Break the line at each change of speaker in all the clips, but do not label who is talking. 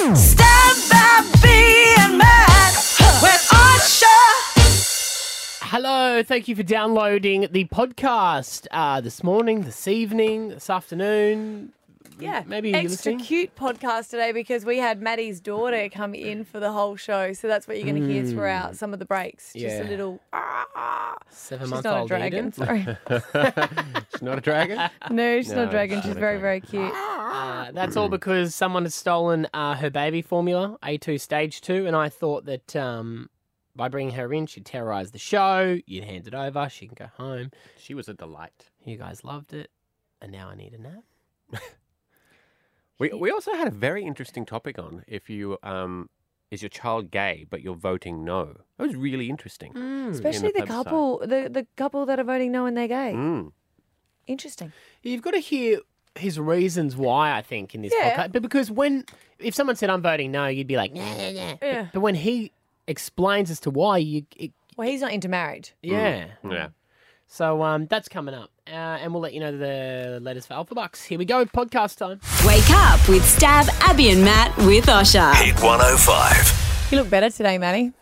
Stand by being mad when Usher
Hello, thank you for downloading the podcast uh, this morning, this evening, this afternoon.
Yeah,
maybe you're
extra
listening.
cute podcast today because we had Maddie's daughter come in for the whole show, so that's what you're going to hear throughout some of the breaks. Just
Hmm. Yeah.
a little.
Seven
She's
month
not a
old
dragon.
Eden.
Sorry,
She's not a dragon.
no, she's not
No,
a dragon.
she's
She's
not a
very, very cute.
Uh, that's all because someone has stolen uh, her baby formula, A2 Stage 2, and I thought that um, by bringing her in, she'd terrorise the show, you'd hand it over, she can go home.
She was a delight.
You guys loved it, and now I need a nap.
We, we also had a very interesting topic on if you um is your child gay but you're voting no. That was really interesting.
Mm. Hmm. Especially the
plebiscite.
couple, the, the couple that are voting no and they're gay.
Mm.
Interesting.
Hmm. You've got to hear his reasons why, I think, in this
Yeah.
podcast. But because when, if someone said, I'm voting no, you'd be like, nah, nah, nah.
Yeah.
But when he explains as to why, you, it,
Well, he's not intermarried.
yeah.
Mm. Yeah.
So um, that's coming up. Uh, and we'll let you know the letters for Alpha Bucks. Here we go, podcast time.
Wake up with Stab, Abby, and Matt with Osha.
Hit 105.
You look better today, Maddie.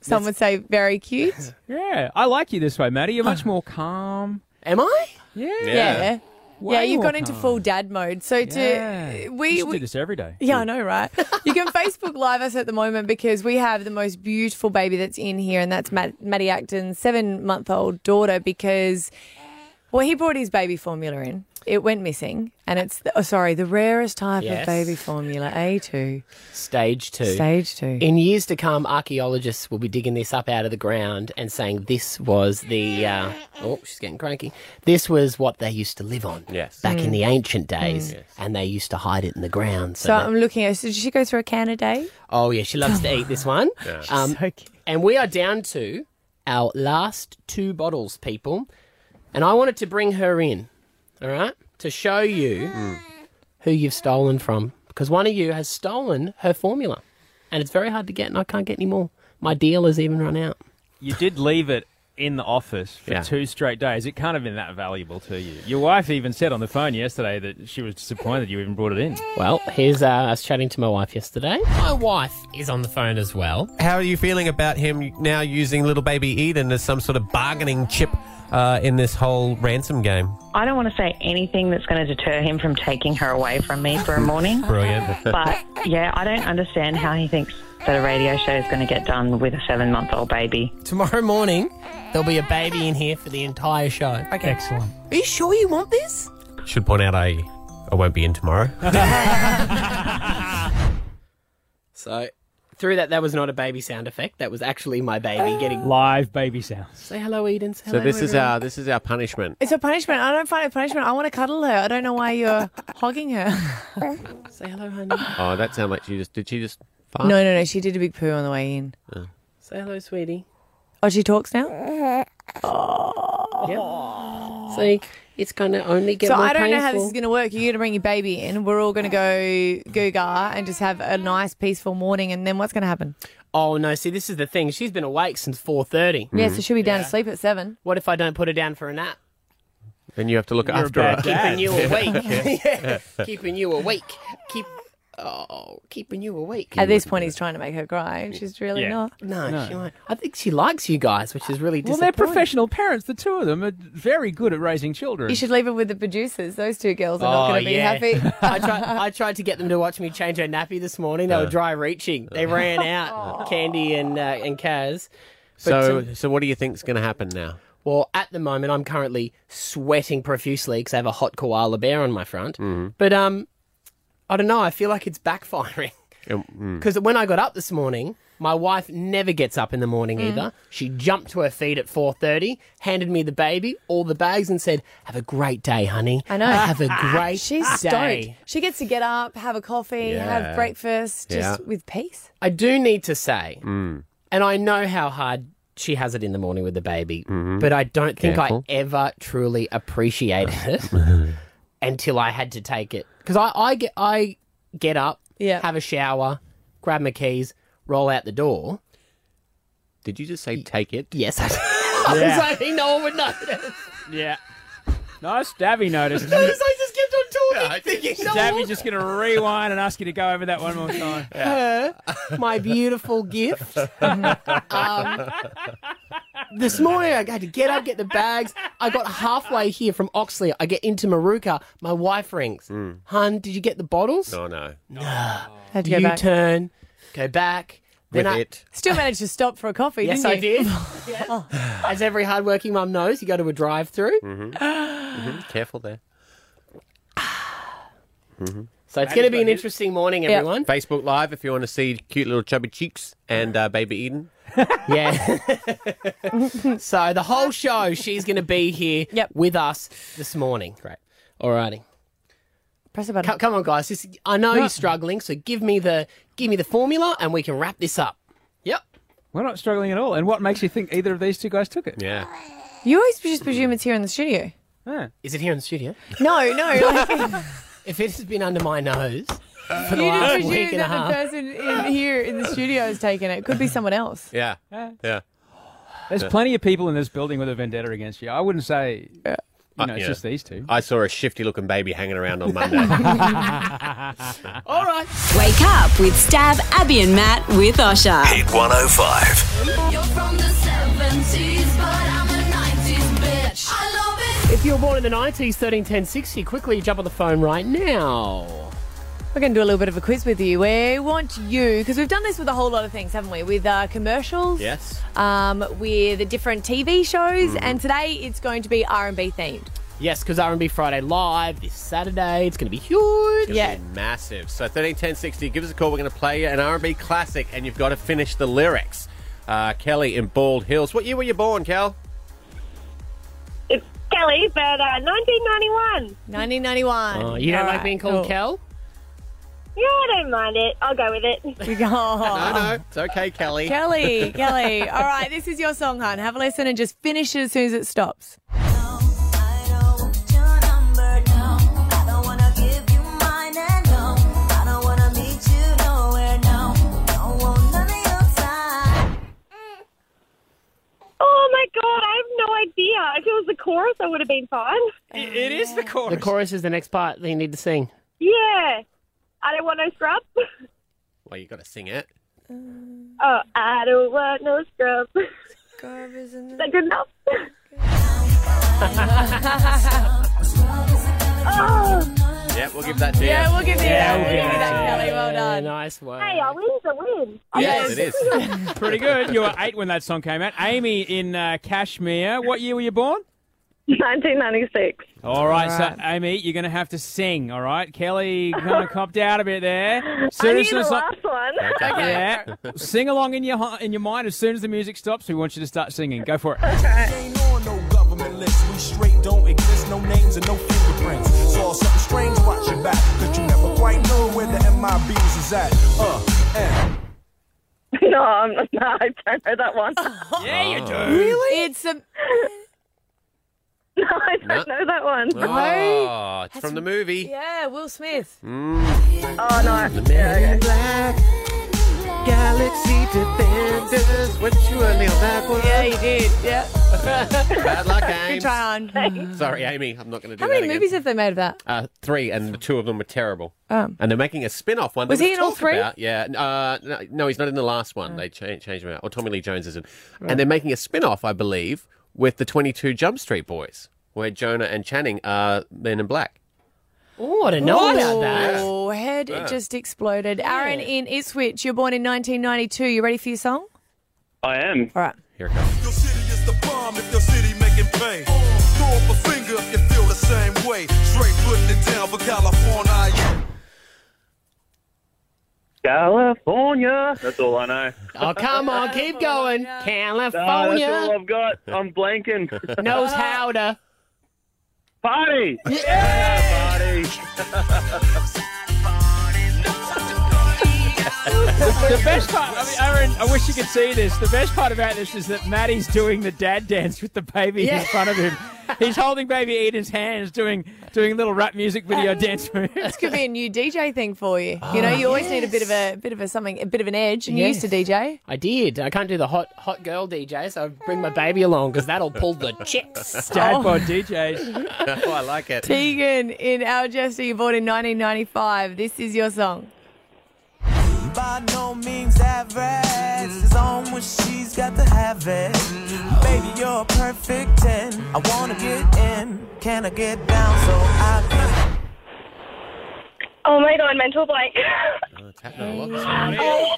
Some would say very cute.
Yeah, I like you this way, Maddie. You're much more calm.
Am I?
Yeah,
Yeah. Yeah,
way
you've
more
gone into
calm.
full dad mode. So
Yeah.
to we,
You should
we
do this every day.
Yeah, I know, right? You can Facebook Live us at the moment because we have the most beautiful baby that's in here, and that's Matt, Maddie Acton's seven month old daughter. Because, well, he brought his baby formula in. It went missing, and it's, the, oh, sorry, the rarest type
Yes.
of baby formula, A2,
Stage two.
stage two.
in years to come, archaeologists will be digging this up out of the ground and saying this was the. Uh, oh, she's getting cranky. This was what they used to live on
Yes. Mm.
back
Mm.
in the ancient days, and they used to hide it in the ground. So,
so
that-
I'm looking at, so did she go through a can a day?
oh yeah, she loves to eat this one. Um,
So cute.
And we are down to our last two bottles, people. And I wanted to bring her in, all right, to show you who you've stolen from. Because one of you has stolen her formula. And it's very hard to get, and I can't get any more. My deal has even run out.
You did leave it in the office for
Yeah.
two straight days. It can't have been that valuable to you. Your wife even said on the phone yesterday that she was disappointed you even brought it in.
Well, here's uh, us chatting to my wife yesterday. My wife is on the phone as well.
How are you feeling about him now using little baby Eden as some sort of bargaining chip uh, in this whole ransom game?
I don't want to say anything that's going to deter him from taking her away from me for a morning.
Brilliant.
But yeah, I don't understand how he thinks that a radio show is going to get done with a seven month old baby.
Tomorrow morning, there'll be a baby in here for the entire show.
Okay.
Excellent.
Are you sure you want this?
Should point out I I won't be in tomorrow.
So, through that, that was not a baby sound effect. That was actually my
Ah.
baby getting
Live baby sounds.
Say hello, Eden. Say
So
hello,
this is
everyone.
our uh, this is our punishment.
It's a punishment. I don't find it punishment. I want to cuddle her. I don't know why you're hogging her.
Say hello, honey.
Oh, that sounded like she just did she just fart?
No, no, no. She did a big poo on the way in.
Say hello, sweetie.
Oh, she talks now?
See, it's gonna only get
So
more
I don't
painful.
know how this is going to work. You're going to bring your baby in. We're all going to go googar and just have a nice, peaceful morning. And then what's going to happen?
oh no! See, this is the thing. She's been awake since four thirty. Mm-hmm.
Yeah, so she'll be down to sleep at seven.
What if I don't put her down for a nap?
Then you have to look
a
after
bad
her.
dad.
Keeping you awake. yeah. Keeping you awake. Keep. Oh, keeping you awake.
At this point, he's trying to make her cry. She's really
Yeah.
not.
no, she won't. I think she likes you guys, which is really
Well, they're
disappointing.
professional parents. The two of them are very good at raising children.
You should leave it with the producers. Those two girls are
Oh,
not going to be
yeah.
happy.
I tried. I tried to get them to watch me change her nappy this morning. They
Uh.
were dry reaching. They ran out. Candy and uh, and Kaz.
uh,
So
um,
so what do you think's going to happen now?
Well, at the moment, I'm currently sweating profusely because I have a hot koala bear on my front.
Mm-hmm.
Mm.
But um, I don't know. I feel like it's backfiring
Um, mm.
because when I got up this morning, my wife never gets up in the morning either. She jumped to her feet at 4:30, handed me the baby, all the bags, and said, "Have a great day, honey.
I know.
Have a great
She's stoked.
day."
She gets to get up, have a coffee,
Yeah.
have breakfast, just
Yeah.
with peace.
I do need to say,
Mm.
and I know how hard she has it in the morning with the baby, but I don't think
Mm-hmm. Careful.
I ever truly appreciated it until I had to take it. Because I, I get I get up,
Yeah.
have a shower, grab my keys, roll out the door.
Did you just say take it?
Yes, I, I
Yeah.
was hoping no one would notice.
yeah. Nice, Davy noticed.
I just kept on
Savvy just going to rewind and ask you to go over that one more time.
my beautiful gift.
Oh
Um, this morning I had to get up, get the bags. I got halfway here from Oxley. I get into Maruka. My wife rings. Hun, did you get the bottles?
Oh, Hmm. no.
Had to
You
go back.
turn, go back.
With
I,
it.
Still managed to stop for a coffee,
Yes,
didn't
I
you?
did. As every hardworking mum knows, you go to a drive-through.
Mm-hmm. Careful there.
Mm-hmm.
So it's going to be an interesting morning, everyone.
Facebook Live if you want to see cute little chubby cheeks and uh, baby Eden.
Yeah. so the whole show, she's going to be here
Yep.
with us this morning. Great. Alrighty.
Press a button.
Come, come on, guys. This, I know you're struggling, so give me the give me the formula, and we can wrap this up. Yep.
We're not struggling at all. And what makes you think either of these two guys took it?
Yeah.
You always just presume it's here in the studio.
Yeah.
Is it here in the studio?
No, no. Like,
If it has been under my nose for the
you just
last week
presume
and
that
a
the
half,
person in here in the studio has taken it. Could be someone else.
Yeah. Yeah.
There's plenty of people in this building with a vendetta against you. I wouldn't say, you know, it's
Uh, yeah.
just these two.
I saw a shifty looking baby hanging around on Monday.
all right.
Wake up with Stab, Abby, and Matt with Osha.
Hit 105.
You're from the 70s, but I'm a 90s bitch. I love it.
If you were born in the nineties, thirteen, ten, sixty, quickly jump on the phone right now.
We're going to do a little bit of a quiz with you. We want you, because we've done this with a whole lot of things, haven't we? With uh, commercials,
yes. Mm-hmm.
um, with different TV shows, and today it's going to be R&B themed.
Yes, because R&B Friday live this Saturday. It's going to be huge.
Yeah.
Massive. So 13, 10, 60, give us a call. We're going to play an R&B classic and you've got to finish the lyrics. Uh, Kelly in Bald Hills. What year were you born, Kel?
It's Kelly, but uh, 1991.
1991.
Oh, you don't
All
like
right,
being called
cool.
Kel?
Yeah, I don't mind it. I'll go with it.
We go,
No, no. It's okay, Kelly.
Kelly, Kelly. All right, this is your song, hon. Have a listen and just finish it as soon as it stops.
Oh my god, I have no idea. If it was the chorus, I would have been fine.
it is the chorus.
The chorus is the next part that you need to sing.
Yeah, I don't want no scrub.
Well, you got to sing it.
Oh, I don't want no scrub. Is that good enough? oh,
Yeah, we'll give that to you.
Yeah, we'll give you that. We'll give
we'll
you
give it
that,
to
Kelly.
you.
Well
Yeah,
done.
nice work.
hey, a win's a win. Oh,
yes, it is.
Pretty good. You were eight when that song came out. Amy in uh, Kashmir. What year were you born?
1996.
All right, so Amy, you're going to have to sing. All right, Kelly kind of copped out a bit there.
I
Soon
knew
as
the
soon as-
last one.
yeah, sing along in your hi- in your mind. As soon as the music stops, we want you to start singing. Go for it.
Ain't on no government list. We straight don't exist. No names and no fingerprints. Saw something strange. Watch your back. Cause you never quite know where the MIBs is at. Uh, eh.
no, I'm, no, I don't know that one.
Yeah,
Oh.
you do.
Really? It's a.
No, I don't know that one.
Oh, it's from the movie. Mm.
Yeah, Will Smith.
Oh, no. Yeah, okay.
Galaxy Defenders. What you a little bad boy.
Yeah, you did. Yeah.
Bad luck, Amy.
Good try on. How
Sorry, Amy. I'm not going to do that
many
again.
movies have they made of that?
Uh, three, and the two of them were terrible.
Um.
And they're making a spin-off one. that
Was he
we've
in all
talked
three? Oh.
About. Yeah. Uh, no, no, he's not in the last one. They cha- changed him out. Or Tommy Lee Jones isn't. And they're making a spin-off, I believe, with the 22 Jump Street Boys, where Jonah and Channing are men in black.
Oh, I didn't know about that.
Oh, head just exploded. Aaron in Ipswich, you're born in 1992. You ready for your song?
I am.
All right.
Here it comes.
Your city is the bomb if your city making pain. Throw up a finger if you feel the same way. Straight putting it down for California. yeah.
California. That's all I know.
Oh, come on, keep going.
Ah, that's all
California
I've got. I'm blanking.
knows how to.
Party. Yeah, party.
The best part, I mean, Aaron, I wish you could see this. The best part about this is that Maddie's doing the dad dance with the baby in front of him. He's holding baby Eden's hands, doing doing little rap music video dance moves.
This could be a new DJ thing for you. You
Ah,
know, you always need a bit of a bit of a something, a bit of an edge. And you used to DJ.
I did. I can't do the hot hot girl DJ, so I bring my baby along because that'll pull the chicks. Oh.
Dad bod
DJs.
oh, I like it.
Tegan in Alchester, you bought in 1995. This is your song.
By no means average. It's on when she's got to have it. Baby, you're a perfect 10. I wanna get in. Can I get down so I can?
Oh my god, mental blank.
oh,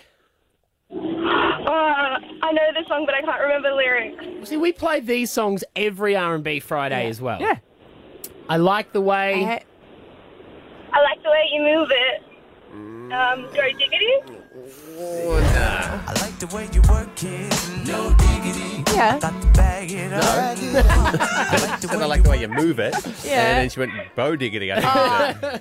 Oh, I know the song, but I can't remember the lyrics.
See, we play these songs every R and B Friday as well. Yeah. I like the way.
I like the way you move it. Um, go diggity.
I like the way you work it. No diggity.
Yeah.
Got to bag it up.
and I like the way you move it.
Yeah.
And then she went bow diggity. I think.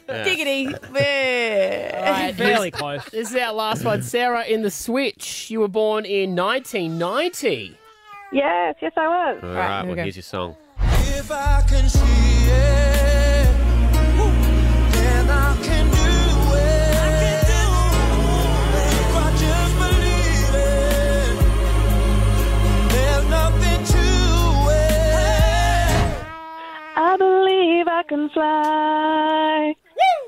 Oh,
Yeah.
diggity. Right,
Barely close. This is our last one. Sarah in the Switch. You were born in 1990.
Yes, yes, I was.
All right, well, here's your song.
If I can see it, woo, then I can do it. If I just believe it, there's nothing to it.
I believe I can fly.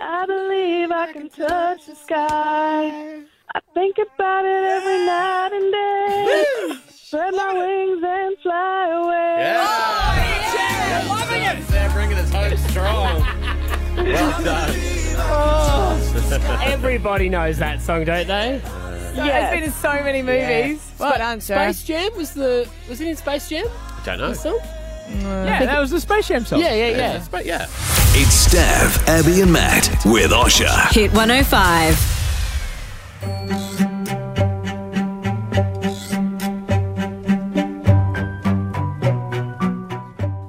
I believe I can touch the sky. I think about it every night and day. Spread my wings and fly away.
Loving it. They're bringing us home strong. well done.
Oh, Everybody knows that song, don't they?
It's been in so many movies. Well done, Sarah.
Space Jam was the was it in Space Jam?
Don't know.
The song?
Yeah, that was the Space Jam song.
Yeah, yeah, yeah.
But yeah.
It's Stav, Abby, and Matt with Osha.
Hit 105.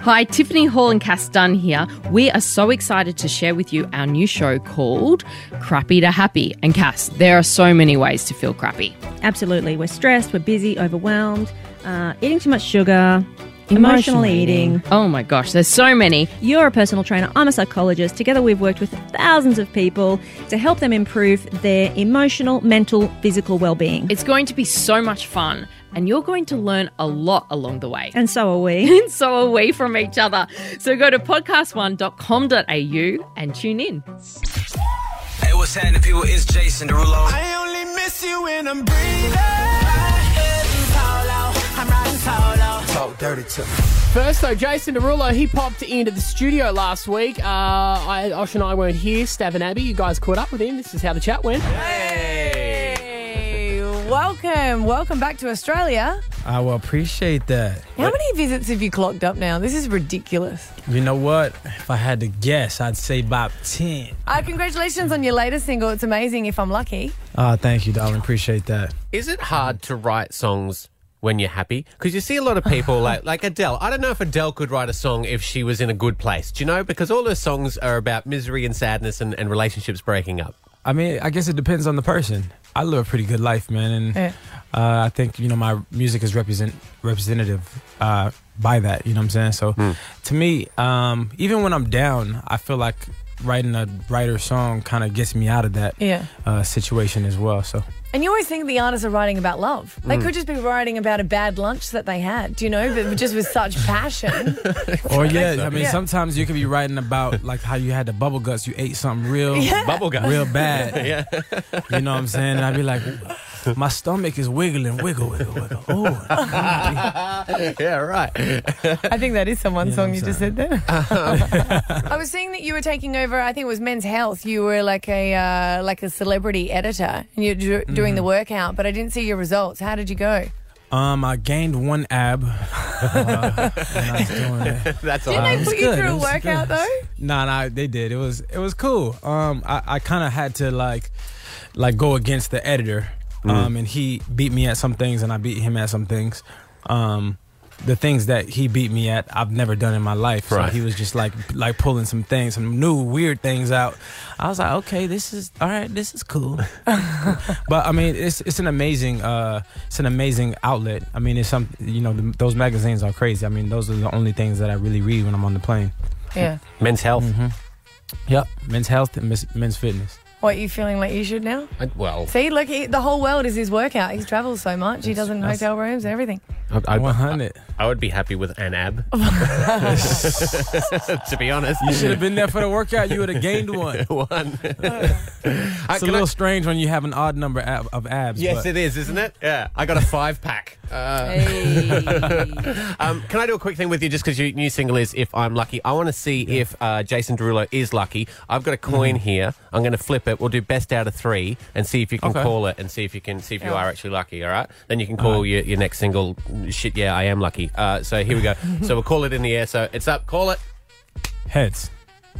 Hi, Tiffany Hall and Cass Dunn here. We are so excited to share with you our new show called Crappy to Happy. And Cass, there are so many ways to feel crappy.
Absolutely. We're stressed, we're busy, overwhelmed, uh, eating too much sugar, emotional, eating.
Oh my gosh, there's so many.
You're a personal trainer, I'm a psychologist. Together, we've worked with thousands of people to help them improve their emotional, mental, physical well being.
It's going to be so much fun, and you're going to learn a lot along the way.
And so are we.
And so are we from each other. So go to podcast1.com.au and tune in.
Hey, what's happening, people? It's Jason Derulo.
I only miss you when I'm breathing.
I'm riding solo.
Talk dirty to me.
First, though, Jason Derulo, he popped into the studio last week. Uh, I, Osh and I weren't here. Stav and Abby, you guys caught up with him. This is how the chat went.
Hey, welcome, welcome back to Australia.
I will appreciate that.
How many visits have you clocked up now? This is ridiculous.
You know what? If I had to guess, I'd say about 10.
Uh, congratulations on your latest single. It's amazing if I'm lucky.
Ah, thank you, darling. Appreciate that.
Is it hard to write songs when you're happy? Because you see a lot of people like like Adele. I don't know if Adele could write a song if she was in a good place. Do you know? Because all her songs are about misery and sadness and, and relationships breaking up.
I mean, I guess it depends on the person. I live a pretty good life, man, and
Yeah.
uh, I think you know my music is represent representative uh, by that. You know what I'm saying? So, to me, um, even when I'm down, I feel like writing a writer song kind of gets me out of that
Yeah.
uh, situation as well. So,
And you always think the artists are writing about love. They
Mm.
could just be writing about a bad lunch that they had, you know, but just with such passion.
or yeah, I mean,
Yeah.
sometimes you could be writing about like how you had the bubble guts, you ate something real
Yeah. Bubble
guts.
real bad.
Yeah.
You know what I'm saying? And I'd be like, my stomach is wiggling, wiggle, wiggle, wiggle. Oh,
yeah, right.
I think that is someone's song you just said there.
I
was seeing that you were taking over. I think it was Men's Health. You were like a uh, like a celebrity editor, and you're do- doing
Mm-hmm.
the workout. But I didn't see your results. How did you go?
Um, I gained one ab. Uh, and I was doing it.
That's
Didn't they put you through a workout though?
Nah, nah, they did. It was it was cool. Um, I, I kind of had to like like go against the editor. Um, and he beat me at some things, and I beat him at some things. Um, the things that he beat me at, I've never done in my life.
Right.
So he was just like like pulling some things, some new weird things out. I was like, okay, this is all right. This is cool. but I mean, it's it's an amazing uh, it's an amazing outlet. I mean, it's some you know th those magazines are crazy. I mean, those are the only things that I really read when I'm on the plane.
Yeah.
Men's health.
Yep, men's health and mis- men's fitness.
What, you feeling like you should now?
well,
See, look, he, the whole world is his workout. He travels so much. He does it in
That's-
hotel rooms and everything.
I, I,
100.
I, would be happy with an ab. to be honest,
You should have been there for the workout. You would have gained one.
one.
it's a little strange when you have an odd number ab- of abs.
Yes,
but-
it is, isn't it? Yeah, I got a five pack. Uh, um, can I do a quick thing with you, just because your new single is "If I'm Lucky"? I want to see if uh, Jason Derulo is lucky. I've got a coin
Mm-hmm.
here. I'm going to flip it. We'll do best out of three and see if you can
Okay.
call it and see if you can see if you
Yeah.
are actually lucky. All right, then you can call
All right.
your, your next single. Shit, yeah, I am lucky. Uh, so here we go. so we'll call it in the air. So it's up. Call it
heads.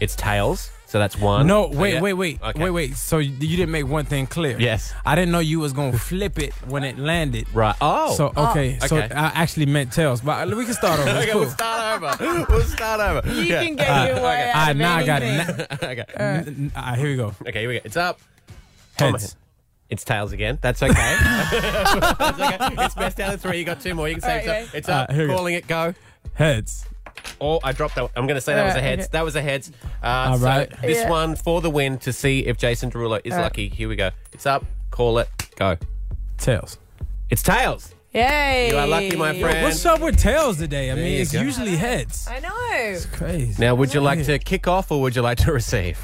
It's tails. So that's one.
No,
So
wait,
yeah.
wait, wait, wait, wait. So you you didn't make one thing clear.
Yes.
I didn't know you was gonna flip it when it landed.
Right. Oh.
So
Oh.
okay. So
Okay.
I actually meant tails, but we can start over. It's
okay,
cool.
we'll start over. We'll start over.
You
Yeah.
can get Uh, your way okay. out
Alright,
of
now I got
anything.
it. okay.
N- n- ah, here we go.
Okay, here we go. It's up. Oh,
Heads.
my- It's tails again. That's okay. That's okay. It's best out of three. You got two more. You can save
Alright,
some. It's
yeah.
up.
Uh, here we go.
Calling it go.
Heads.
Oh, I dropped that. One. I'm going to say that was a
Alright,
heads.
okay.
That was a heads. Uh,
All
so
right.
This
Yeah.
one for the win to see if Jason Derulo is
Alright.
lucky. Here we go. It's up. Call it. Go.
Tails.
It's tails.
Yay.
You are lucky, my friend.
What's up with tails today? I
There
mean,
you
it's
go.
usually heads.
I know.
Crazy.
Now, would you like to kick off or would you like to receive?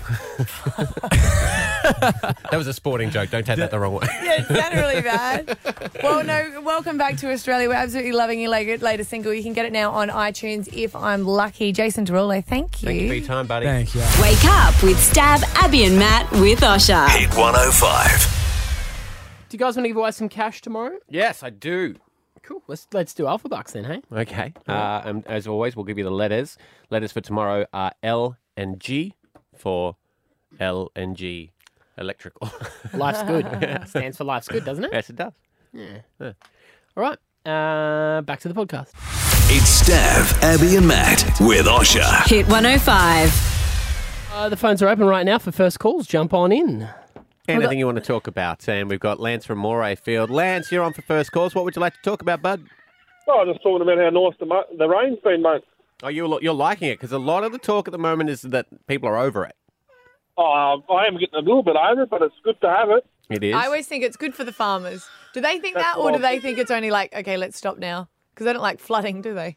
that was a sporting joke. Don't take that the wrong way.
Yeah, it sounded really bad. Well, no, welcome back to Australia. We're absolutely loving your leg- latest single. You can get it now on iTunes if I'm lucky. Jason Derulo, thank you.
Thank you for your time, buddy.
Thank you.
Wake up with Stab, Abby and Matt with Osha.
Hit 105.
Do you guys want to give away some cash tomorrow?
Yes, I do.
Cool. Let's let's do Alpha Bucks then, hey?
Okay. Uh, and as always, we'll give you the letters. Letters for tomorrow are L and G for L and G electrical.
Life's good. Stands for life's good, doesn't it?
Yes, it does.
Yeah.
Yeah.
All right. Uh, back to the podcast.
It's Stav, Abby, and Matt with Osha.
Hit 105.
Uh, the phones are open right now for first calls. Jump on in.
Anything you want to talk about? And we've got Lance from Moray Field. Lance, you're on for first calls. What would you like to talk about, bud?
Oh, just talking about how nice the, mo- the rain's been, mate.
Oh, you're, you're liking it because a lot of the talk at the moment is that people are over it.
Oh, I am getting a little bit over it, but it's good to have it.
It is.
I always think it's good for the farmers. Do they think
That's
that, or do
what I
they think it's only like, okay, let's stop now? Because they don't like flooding, do they?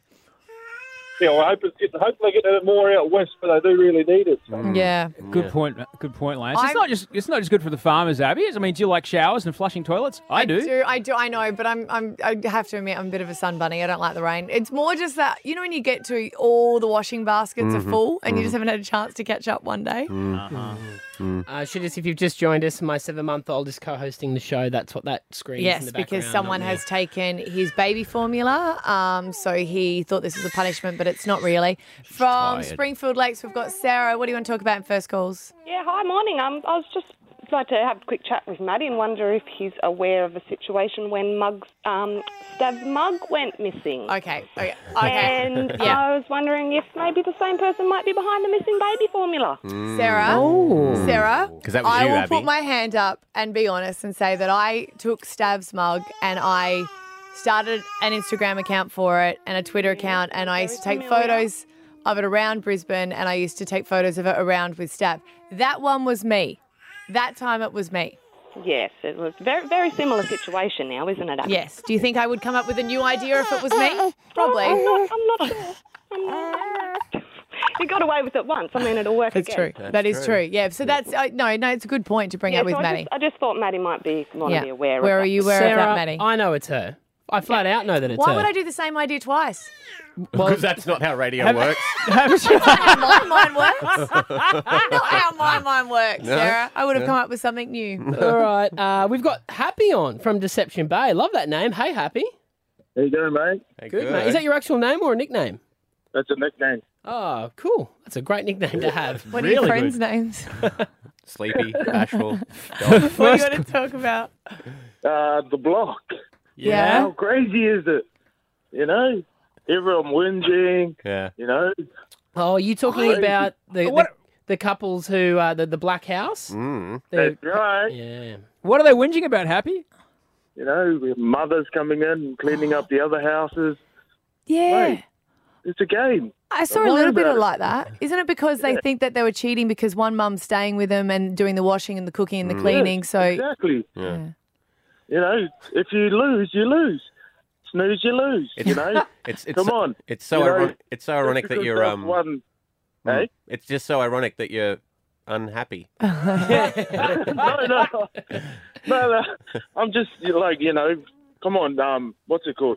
Yeah, well, I hope it's getting, hopefully getting it more out west, but they do really need it. So.
Mm. Yeah.
Good point. Good point, Lance.
I'm-
It's not just it's not just good for the farmers, Abby. I mean, do you like showers and flushing toilets? I, do.
I do. I know, but I'm. I'm. I have to admit, I'm a bit of a sun bunny. I don't like the rain. It's more just that you know when you get to all the washing baskets
Mhm.
Mm-hmm.
are full and you
Mm.
Mhm.
just haven't had a chance to catch up one day.
Mm.
Uh, should just, if you've just joined us, my seven-month-old is co-hosting the show. That's what that screen. is in
Yes,
the background
because someone
on
has taken his baby formula. Um, so he thought this was a punishment, but it's not really. From
tired.
Springfield Lakes, we've got Sarah. What do you want to talk about in first calls?
Yeah, hi, morning. Um, I was just like to have a quick chat with Maddie and wonder if he's aware of a situation when Mug's um, Stav's mug went missing.
Okay, okay,
okay. And
Yeah.
I was wondering if maybe the same person might be behind the missing baby formula.
Mm. Sarah,
Oh.
Sarah,
'Cause that was
I
you,
will
Abby.
put my hand up and be honest and say that I took Stav's mug and I started an Instagram account for it and a Twitter account, and I used to take photos of it around Brisbane, and I used to take photos of it around with Stav. That one was me. That time it was me.
Yes, it was very very similar situation now, isn't it? Abby?
Yes. Do you think I would come up with a new idea if it was me? Probably.
Oh, I'm not, I'm not sure. You got away with it once. I mean, it'll work
That's
again.
true. That is true. Yeah. So that's uh, no, no. It's a good point to bring
Yeah,
up with
so I
Maddie.
Just, I just thought Maddie might be want
Yeah.
to be aware.
Where
of
are
that.
you aware of
Sarah,
that, Maddie?
I know it's her. I flat out know that it's
Why
her.
would I do the same idea twice?
Because that's not how radio
Have-
works.
Not how my mind works. Not how my mind works,
No?
Sarah. I would have
No.
come up with something new.
All right. Uh, we've got Happy on from Deception Bay. Love that name. Hey, Happy.
How you doing, mate?
Good, mate. Is that your actual name or a nickname?
That's a nickname.
Oh, cool. That's a great nickname to have.
What are your friends' names?
Sleepy, bashful.
what do you want to talk about?
Uh, the block.
Yeah.
How crazy is it? You know, everyone whinging.
Yeah.
You know,
Oh, are you talking
Crazy.
about the, the,
What-
the couples who uh, the the black house?
Mm.
The-
that's right.
Yeah.
What are they whinging about, Happy?
You know, we have mothers coming in and cleaning up the other houses.
Yeah.
Mate, it's a game.
I saw a
Don't
little
worry
bit
about
of
it.
like that. Isn't it because they
Yeah.
think that they were cheating because one mum's staying with them and doing the washing and the cooking and the
Mm.
cleaning?
Yes,
So
exactly.
Yeah.
You know, if you lose, you lose. Snooze, you lose. you know,
It's, it's
come
so,
on.
It's so
You know,
ironic. It's so
just
ironic that
because
you're
they've
um.
won- Eh?
mm, It's just so ironic that you're unhappy.
no, no, no, no. I'm just you know, like you know, come on. Um, what's it called?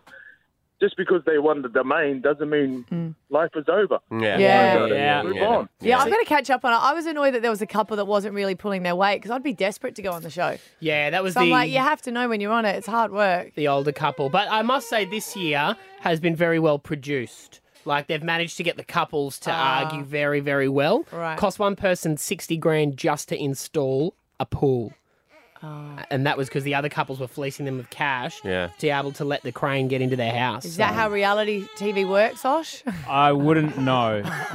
Just because they won the domain doesn't mean life is over.
Yeah.
Mm. Yeah.
You gotta
Yeah.
Move
Yeah.
on.
yeah, I'm going to catch up on it. I was annoyed that there was a couple that wasn't really pulling their weight because I'd be desperate to go on the show.
Yeah, that was
So
the
I'm like, you have to know when you're on it. It's hard work.
the older couple. But I must say, this year has been very well produced. Like they've managed to get the couples to
Ah.
argue very, very well.
Right.
Cost one person sixty grand just to install a pool,
Oh,
and that was because the other couples were fleecing them with cash
Yeah.
to be able to let the crane get into their house.
Is that how reality TV works, Osh?
I wouldn't know.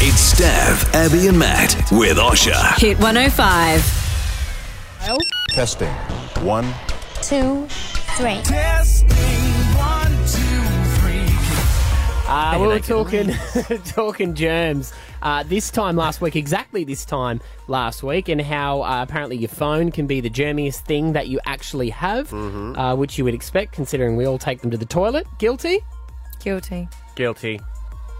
It's Stav, Abby, and Matt with Osha.
Hit 105.
Testing. One.
Two.
Three.
One, two, three.
Uh, we
They're
were
naked.
talking talking germs uh, this time last week, exactly this time last week, and how uh, apparently your phone can be the germiest thing that you actually have,
Mm.
Mm-hmm.
uh, which you would expect considering we all take them to the toilet. Guilty?
Guilty.
Guilty.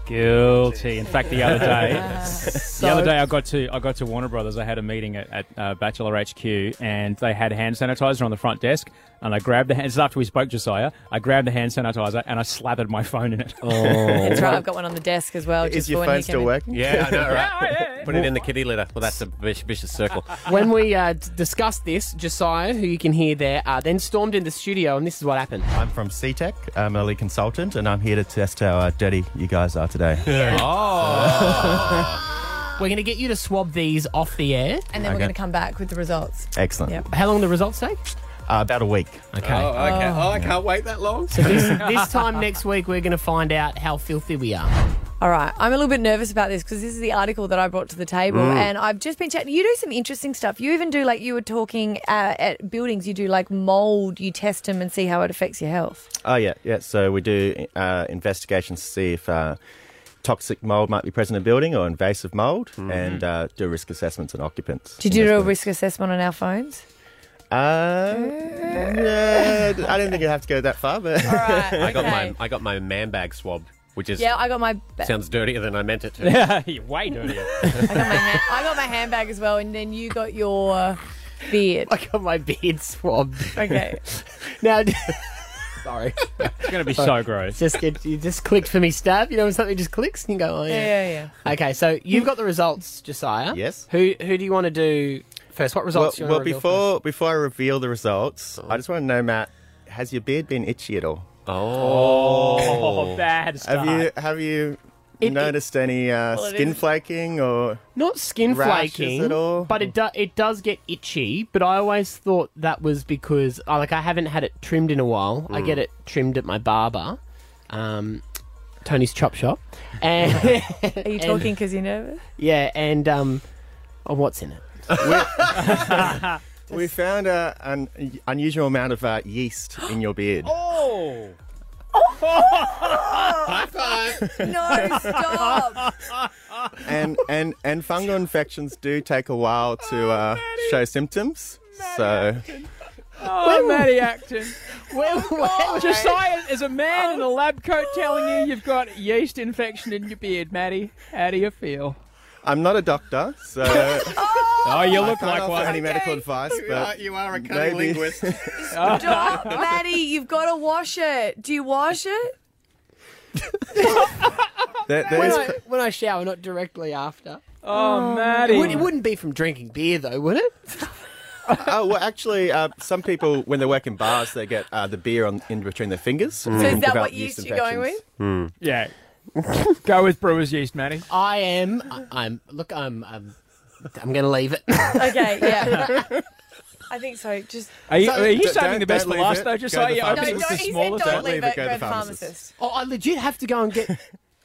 Guilty. In fact, the other day,
So-
the other day I got to I got to Warner Brothers. I had a meeting at, at uh, Bachelor HQ, and they had hand sanitizer on the front desk. And I grabbed the hand. This is after we spoke, Josiah. I grabbed the hand sanitizer and I slathered my phone in it.
Oh. That's right. I've got one on the desk as well. just for when he came in.
Yeah, I know, right? Put it in the kitty litter. Well, that's a vicious, vicious circle.
when we uh, d- discussed this, Josiah, who you can hear there, uh, then stormed in the studio, and this is what happened.
I'm from CTEC. I'm a lead consultant, and I'm here to test how uh, dirty you guys are today.
We're going to get you to swab these off the air.
And then we're
Okay.
going to come back with the results.
Excellent.
Yep.
How long do the results take?
Uh, about a week.
Okay. Oh, okay. Oh, I can't
wait that long.
So this, this time next week, we're going to find out how filthy we are.
All right. I'm a little bit nervous about this because this is the article that I brought to the table.
Mm.
And I've just been chatting. You do some interesting stuff. You even do, like, you were talking uh, at buildings, you do, like, mold, you test them and see how it affects your health.
Oh yeah, yeah. So we do uh, investigations to see if uh, toxic mold might be present in a building or invasive mold, and uh, do risk assessments on occupants.
Did you do a risk assessment on our phones?
Uh, yeah, I don't think you have to go that far, but
I got my I got my man bag swab, which is
yeah, I got my.
sounds dirtier than I meant it to.
Way dirtier.
I got my handbag as well, and then you got your beard.
I got my beard swabbed.
Okay.
now, sorry.
It's going to be
Sorry.
so gross.
Just it, you just clicked for me, Stab. You know when something just clicks and you go, oh yeah.
Yeah, yeah,
Okay, so you've got the results, Josiah. Yes. Who who do you want to do first? What
Well,
results? do you
well,
want to reveal Oh.
before before I reveal the results, I just want to know, Matt, has your beard been itchy at all?
Oh. Oh, bad
Have you have you noticed any uh,
Well, it
skin
is-
flaking or
Not skin
rashes
flaking
at all?
But it do, it does get itchy. But I always thought that was because I like I haven't had it trimmed in a while. I
Mm.
get it trimmed at my barber, um, Tony's Chop Shop, and
Are you talking because you're nervous?
yeah, and um, oh, what's in it?
We found uh, an unusual amount of uh, yeast in your beard.
Oh.
High five!
No, stop.
and and and fungal infections do take a while to uh, show symptoms. So
Oh, Matty Acton.
Well,
Josiah is a man
Oh.
in a lab coat telling you you've got yeast infection in your beard, Matty. How do you feel?
I'm not a doctor, so
Oh, you
I
look
can't
like
offer
one.
Any medical
Okay.
advice?
You
But
are- you are a
cunning maybe- linguist.
Stop, Maddie. You've got to wash it. Do you wash it?
there, there
when,
is
I, when I shower, not directly after.
Oh, Maddie.
It wouldn't- it wouldn't be from drinking beer, though, would it?
oh well, actually, uh, some people when they work in bars, they get uh, the beer on in between their fingers. So
is that what yeast you're going
Yeah. Go with brewer's yeast, Matty.
I am. I- I'm. Look, I'm. I'm, I'm going to leave it.
Okay, yeah. I think so. Just
Are you,
So-
are you
Don't-
saving the
don't-
best
don't
for
leave
last
it.
though? Just
Go to
say
the
you
pharmacist.
opened
No,
the
he said
smallest
don't
one.
leave it, go to the pharmacist.
Oh, I legit have to go and get.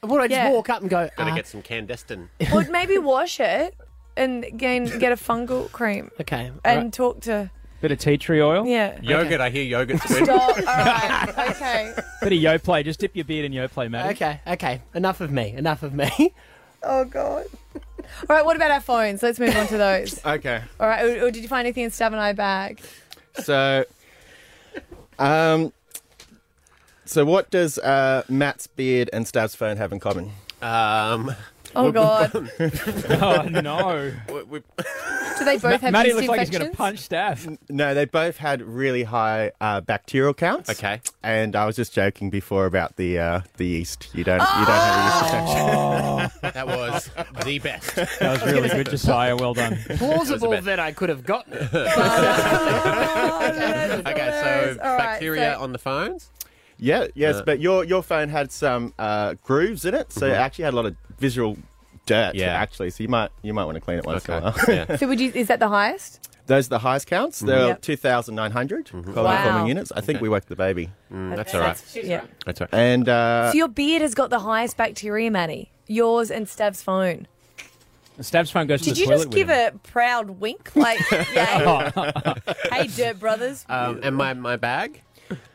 Well, I just
Yeah.
walk up and go.
Got to
"Ah,
get some clandestine.
Or maybe wash it and gain, get a fungal cream
Okay.
and talk to.
Bit of tea tree oil.
Yeah.
Yogurt, I hear yogurt's good.
Stop. All right. Okay.
Bit of yo play. Just dip your beard in yo play, mate.
Okay, okay. Enough of me. Enough of me.
Oh God. All right. What about our phones? Let's move on to those.
Okay.
All right. Or, or did you find anything in Stab and I bag?
So, um, so what does uh, Matt's beard and Stab's phone have in common?
Um.
Oh, God.
oh no.
Do they both have yeast infections?
punch Staff.
No, they both had really high uh, bacterial counts. Okay. And I was just joking before about the uh, the yeast. You don't you don't
Oh!
have a yeast
Oh.
infection.
That was the best.
That was really good, Josiah. Well done.
Plausible that I could have gotten it.
okay, so
All right,
bacteria
so-
on the phones.
Yeah, yes,
Uh.
but your your phone had some uh, grooves in it, so it
Mm-hmm.
Mhm.
actually had a lot of visual dirt. Yeah. actually, so you might you might want to clean it once in a while.
So would you? Is that the highest?
Those are the highest counts. They're
Mhm. Yep.
2,900 colony
Wow. Mm,
forming units. I think we woke the baby.
Mm-hmm. That's- all right. that's- She's yeah. right.
That's all right. And uh,
so your beard has got the highest bacteria, Maddie. Yours and Stav's phone.
Stab's phone goes
Did
to the
you
toilet.
just
with
give
him. Oh.
a proud wink? Like, yeah. hey, Dirt Brothers.
Um, and my, my bag?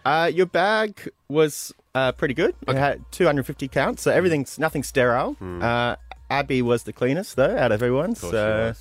Uh, your bag was uh, pretty good. It had 250 counts, so everything's nothing sterile. Uh, Abby was the cleanest, though, out of everyone.
course
so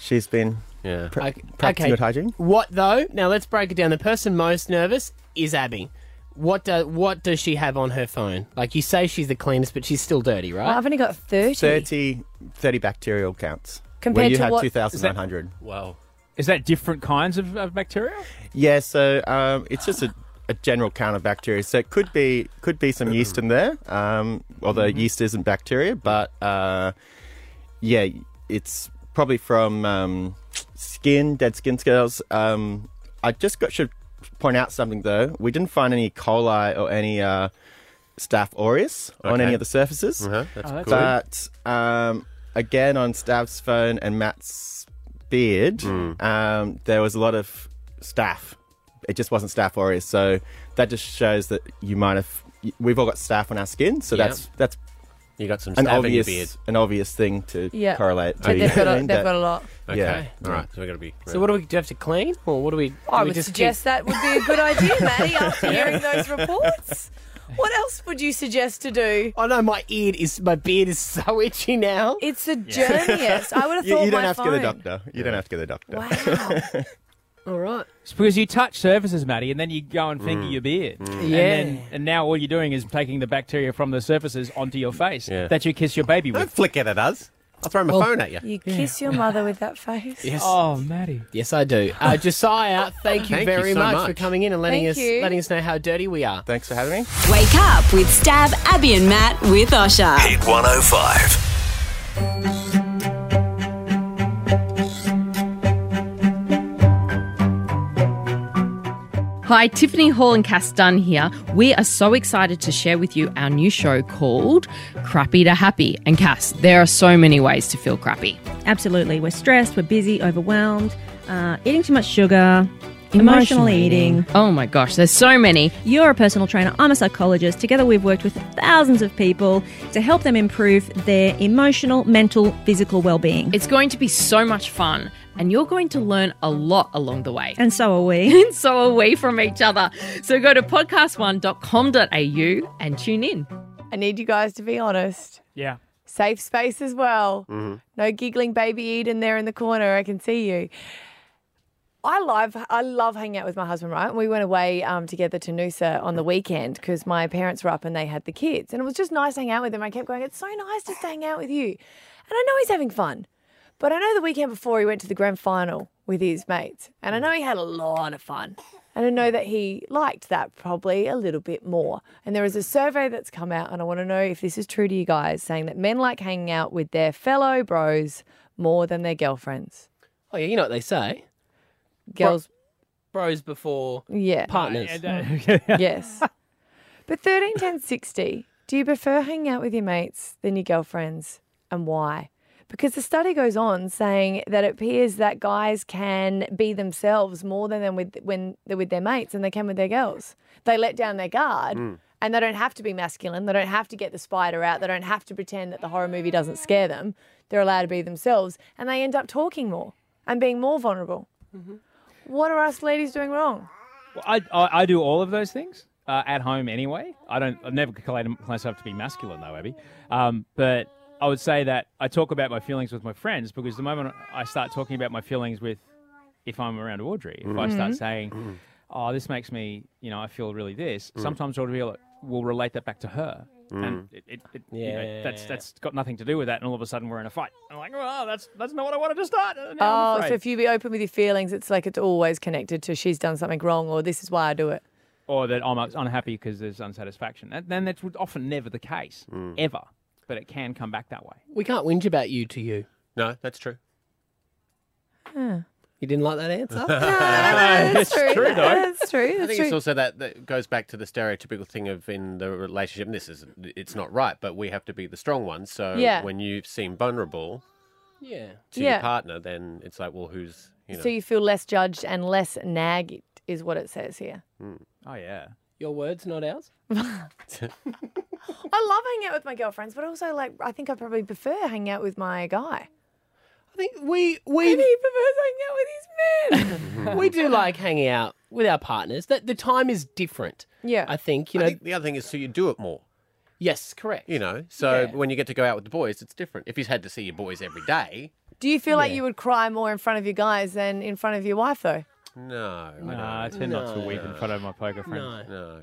she has been yeah. practicing
Okay.
good hygiene.
What though? Now let's break it down. The person most nervous is Abby. What do, what does she have on her phone? Like you say she's the cleanest, but she's still dirty,
Well,
right?
I've only got 30.
30, 30 bacterial counts.
Compared
where you
to
had
what-
2,900.
Wow. Is that different kinds of, of bacteria?
Yeah, so um, it's just a, a general count of bacteria. So it could be could be some yeast in there, um, although yeast isn't bacteria. But uh, yeah, it's probably from um, skin, dead skin scales. Um, I just got, should point out something though. We didn't find any coli or any uh, staph aureus on
Okay.
any of the surfaces.
Uh-huh, that's Oh, that's
but um, again, on Stav's phone and Matt's beard,
Hmm.
um, there was a lot of staff. It just wasn't staff aureus, so that just shows that you might have. We've all got staff on our skin, so
Yeah.
that's that's
You got some
an
staff in your
obvious
beard.
an obvious thing to
Yeah.
correlate.
So
To,
they've
you know
got a-
what I mean?
they've
That-
got a lot.
Okay.
Yeah.
All right. So we got to be.
So what do we do? We Have to clean, or what do we?
I
do we
would
just
suggest that would be a good idea, Maddie, after hearing those reports. What else would you suggest to do?
I know my ear is my beard is so itchy now.
It's a journeyist. I would have
you,
thought
you don't
my
have
phone.
to get a doctor. You don't have to get a doctor.
All right.
It's because you touch surfaces, Matty, and then you go and finger
Mm.
your beard. And,
Yeah.
then, and now all you're doing is taking the bacteria from the surfaces onto your face
Yeah.
that you kiss your baby with. Don't
flick it at us. I'll throw my phone at
Oh, You kiss your mother with that face.
Yes.
Oh, Maddie.
Yes, I do. Uh, Josiah, thank you
Thank you
very
so
much,
much.
for coming in and letting
Thank
us
you.
letting us know how dirty we are.
Thanks for having me.
Wake up with Stab, Abby, and Matt with Osha.
Hit 105.
Hi, Tiffany Hall and Cass Dunn here. We are so excited to share with you our new show called Crappy to Happy. And Cass, there are so many ways to feel crappy.
Absolutely. We're stressed, we're busy, overwhelmed, uh, eating too much sugar, emotional, eating.
Oh my gosh, there's so many.
You're a personal trainer, I'm a psychologist. Together, we've worked with thousands of people to help them improve their emotional, mental, physical well being.
It's going to be so much fun, and you're going to learn a lot along the way.
And so are we.
And so are we from each other. So go to podcast1.com.au and tune in.
I need you guys to be honest.
Yeah.
Safe space as well. No giggling baby Eden there in the corner. I can see you. I love I love hanging out with my husband, right? We went away um, together to Noosa on the weekend because my parents were up and they had the kids, and it was just nice hanging out with him. I kept going, "It's so nice just hanging out with you," and I know he's having fun. But I know the weekend before he went to the grand final with his mates, and I know he had a lot of fun, and I know that he liked that probably a little bit more. And there is a survey that's come out, and I want to know if this is true to you guys, saying that men like hanging out with their fellow bros more than their girlfriends.
Oh yeah, you know what they say.
Girls,
Bros before
yeah, Mm.
partners. Hmm.
yes. But 13, 10, 60, do you prefer hanging out with your mates than your girlfriends and why? Because the study goes on saying that it appears that guys can be themselves more than them with when they're with their mates and they can with their girls. They let down their guard
Hmm.
Mm.
and they don't have to be masculine. They don't have to get the spider out. They don't have to pretend that the horror movie doesn't scare them. They're allowed to be themselves and they end up talking more and being more vulnerable. What are us ladies doing wrong?
Well, I, I, I do all of those things uh, at home anyway. I don't. I've never claimed myself to be masculine though, Abby. Um, but I would say that I talk about my feelings with my friends because the moment I start talking about my feelings with, if I'm around Audrey, if I
Mm.
start
Mhm.
saying, "Oh, this makes me," you know, I feel really this.
Mm.
Sometimes Audrey will, will relate that back to her. And
Mm.
it, it, it, you know, that's
Yeah.
that's got nothing to do with that, and all of a sudden we're in a fight. I'm like, oh, that's that's not what I wanted to start. uh, now I'm
oh, so
afraid."
if you be open with your feelings, it's like it's always connected to she's done something wrong or this is why I do it.
or that I'm unhappy because there's unsatisfaction. And then that's often never the case,
Mm.
ever. But it can come back that way.
We can't whinge about you to you.
No, that's true.
You didn't like that answer?
that's true.
though.
That's true,
I
that's
think it's
true.
also that that goes back to the stereotypical thing of in the relationship. And this is it's not right, but we have to be the strong ones. So
Yeah.
when you seem vulnerable
Yeah.
to
Yeah.
your partner, then it's like, well, who's you know?
So you feel less judged and less nagged is what it says here.
Mm.
Oh yeah.
Your words, not ours.
I love hanging out with my girlfriends, but also like I think I probably prefer hanging out with my guy.
I think we we
he prefers hanging out with his men.
we do like hanging out with our partners. That the time is different.
Yeah.
I think you know.
the other thing is, so you do it more.
Yes, correct.
You know, so
Yeah.
when you get to go out with the boys, it's different. If you had to see your boys every day,
Do you feel like you would cry more in front of your guys than in front of your wife though?
no,
Nah, I tend not to weep in front of my poker friends.
No.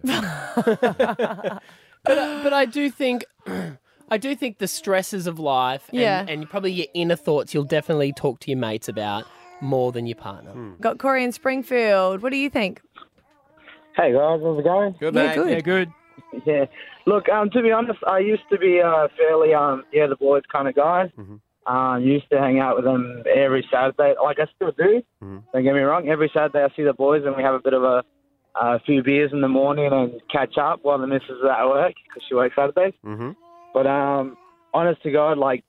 But, I- but I do think I do think the stresses of life and,
Yeah.
and probably your inner thoughts you'll definitely talk to your mates about more than your partner.
Got Corey in Springfield. What do you think?
Hey guys, how's it going?
Good, Yeah, mate. good. Yeah,
good.
Yeah. Look, um, to be honest, I used to be uh, fairly um, yeah, the boys kind of guy.
Mm-hmm.
Um, used to hang out with them every Saturday. Like I still do. Don't get me wrong. Every Saturday I see the boys and we have a bit of a, a few beers in the morning and catch up while the missus is at work because she works Saturdays.
Mm-hmm.
But um, honest to God, like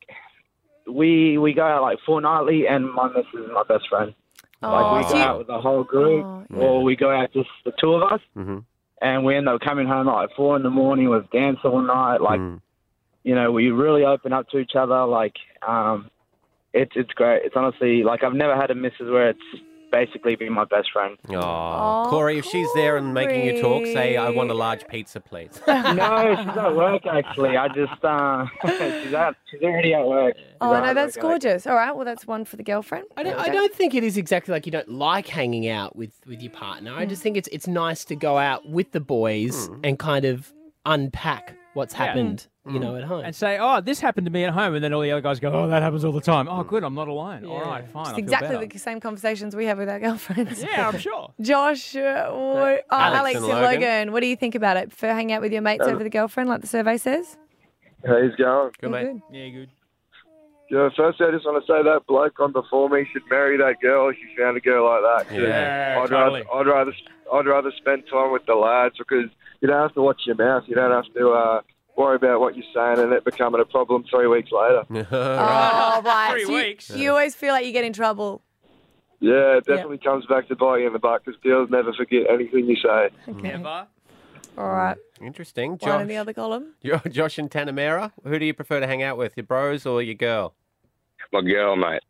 we we go out like fortnightly, and my missus is my best friend.
Aw.
Like we
Do
go
you-
out with the whole group, or we go out just the two of us,
Mm-hmm.
and we end up coming home at like four in the morning. We've danced all night. Like you know, we really open up to each other. Like um, it's it's great. It's honestly like I've never had a missus where it's basically been my best friend. Oh,
Aw. Corey, if she's there and making you talk, say, "I want a large pizza, please."
no, she's at work actually. I just uh, she's out. She's already at work. She's
Oh
at
no,
work,
that's
I-
gorgeous. All right, well that's one for the girlfriend.
I don't, I don't think it is exactly like you don't like hanging out with, with your partner. I
Hmm.
just think it's it's nice to go out with the boys and kind of unpack what's
Yeah.
happened,
Hmm.
you know, at home.
And say, oh, this happened to me at home. And then all the other guys go, oh, that happens all the time.
Mm.
Oh, good, I'm not alone. All right, fine. I
It's
feel
exactly
better.
the same conversations we have with our girlfriends.
Yeah, I'm sure.
Josh, uh, what, uh, Alex,
Alex
and
and
Logan.
Logan.
what do you think about it? For hang out with your mates
Um,
over the girlfriend, like the survey says?
How's it going?
Good, mate. good.
Yeah, good.
Yeah, firstly, I just want to say that bloke on before me should marry that girl. She found a girl like that. 'Cause
Yeah,
I'd
totally.
rather, I'd rather, I'd rather spend time with the lads because you don't have to watch your mouth. You don't have to uh, worry about what you're saying and it becoming a problem three weeks later.
Uh,
Oh, right. Three weeks. You, always feel like you get in trouble.
Yeah, it definitely comes back to bite you in the butt because girls never forget anything you say.
Never.
All right.
Interesting,
One in
Josh.
the other column.
You're Josh and Tanamera. Who do you prefer to hang out with, your bros or your girl?
My girl, mate.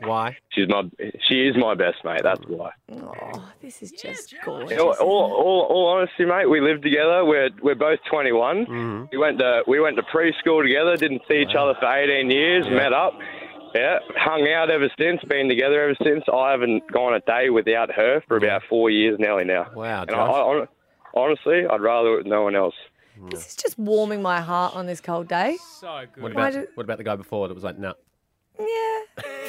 Why? Mm.
She's my she is my best mate. That's why.
Oh, this is just gorgeous.
In all, all, all, all honesty, mate, we live together. We're we're both 21.
Mm-hmm.
We went to we went to preschool together. Didn't see each other for 18 years. Met up. Yeah, hung out ever since. Been together ever since. I haven't gone a day without her for about four years nearly now.
Wow,
And I, I, hon- honestly, I'd rather it with no one else.
Mm.
This is just warming my heart on this cold day.
So good.
What
I
about,
ju-
what about the guy before that was like, no?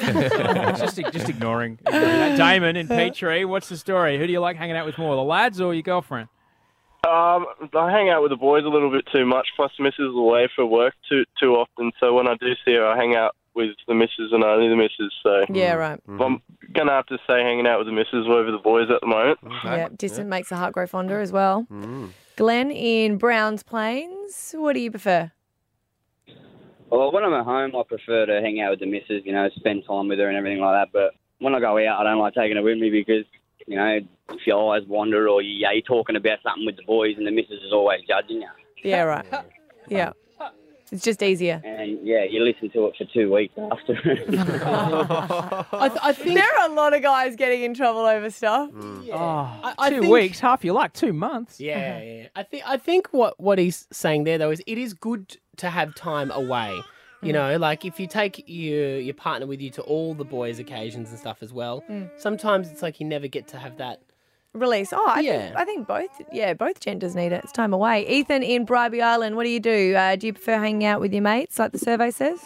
just, just ignoring. ignoring that. Damon in Petrie, what's the story? Who do you like hanging out with more, the lads or your girlfriend?
Um, I hang out with the boys a little bit too much. Plus, the missus is away for work too too often. So when I do see her, I hang out with the missus and only the missus. So
Yeah, right.
I'm gonna have to say hanging out with the missus over the boys at the moment.
Yeah, distant makes the heart grow fonder as well. Glenn in Browns Plains, what do you prefer?
Well, when I'm at home, I prefer to hang out with the missus, you know, spend time with her and everything like that. But when I go out, I don't like taking her with me because, you know, if your eyes wander or you, yeah, you're talking about something with the boys and the missus is always judging you.
Yeah, right. Yeah. It's just easier.
And yeah, you listen to it for two weeks after.
I, th- I think
there are a lot of guys getting in trouble over stuff.
Oh,
I
two
think-
weeks, half your luck, two months.
Uh-huh.
Uh-huh.
Yeah, yeah. I think I think what what he's saying there though is it is good to have time away. You
Hmm.
Mm.
know, like if you take your your partner with you to all the boys' occasions and stuff as well,
Mm.
sometimes it's like you never get to have that.
Release. Oh, I,
Yeah.
think, I think both. Yeah, both genders need it. It's time away. Ethan in Bribey Island. What do you do? Uh, do you prefer hanging out with your mates, like the survey says?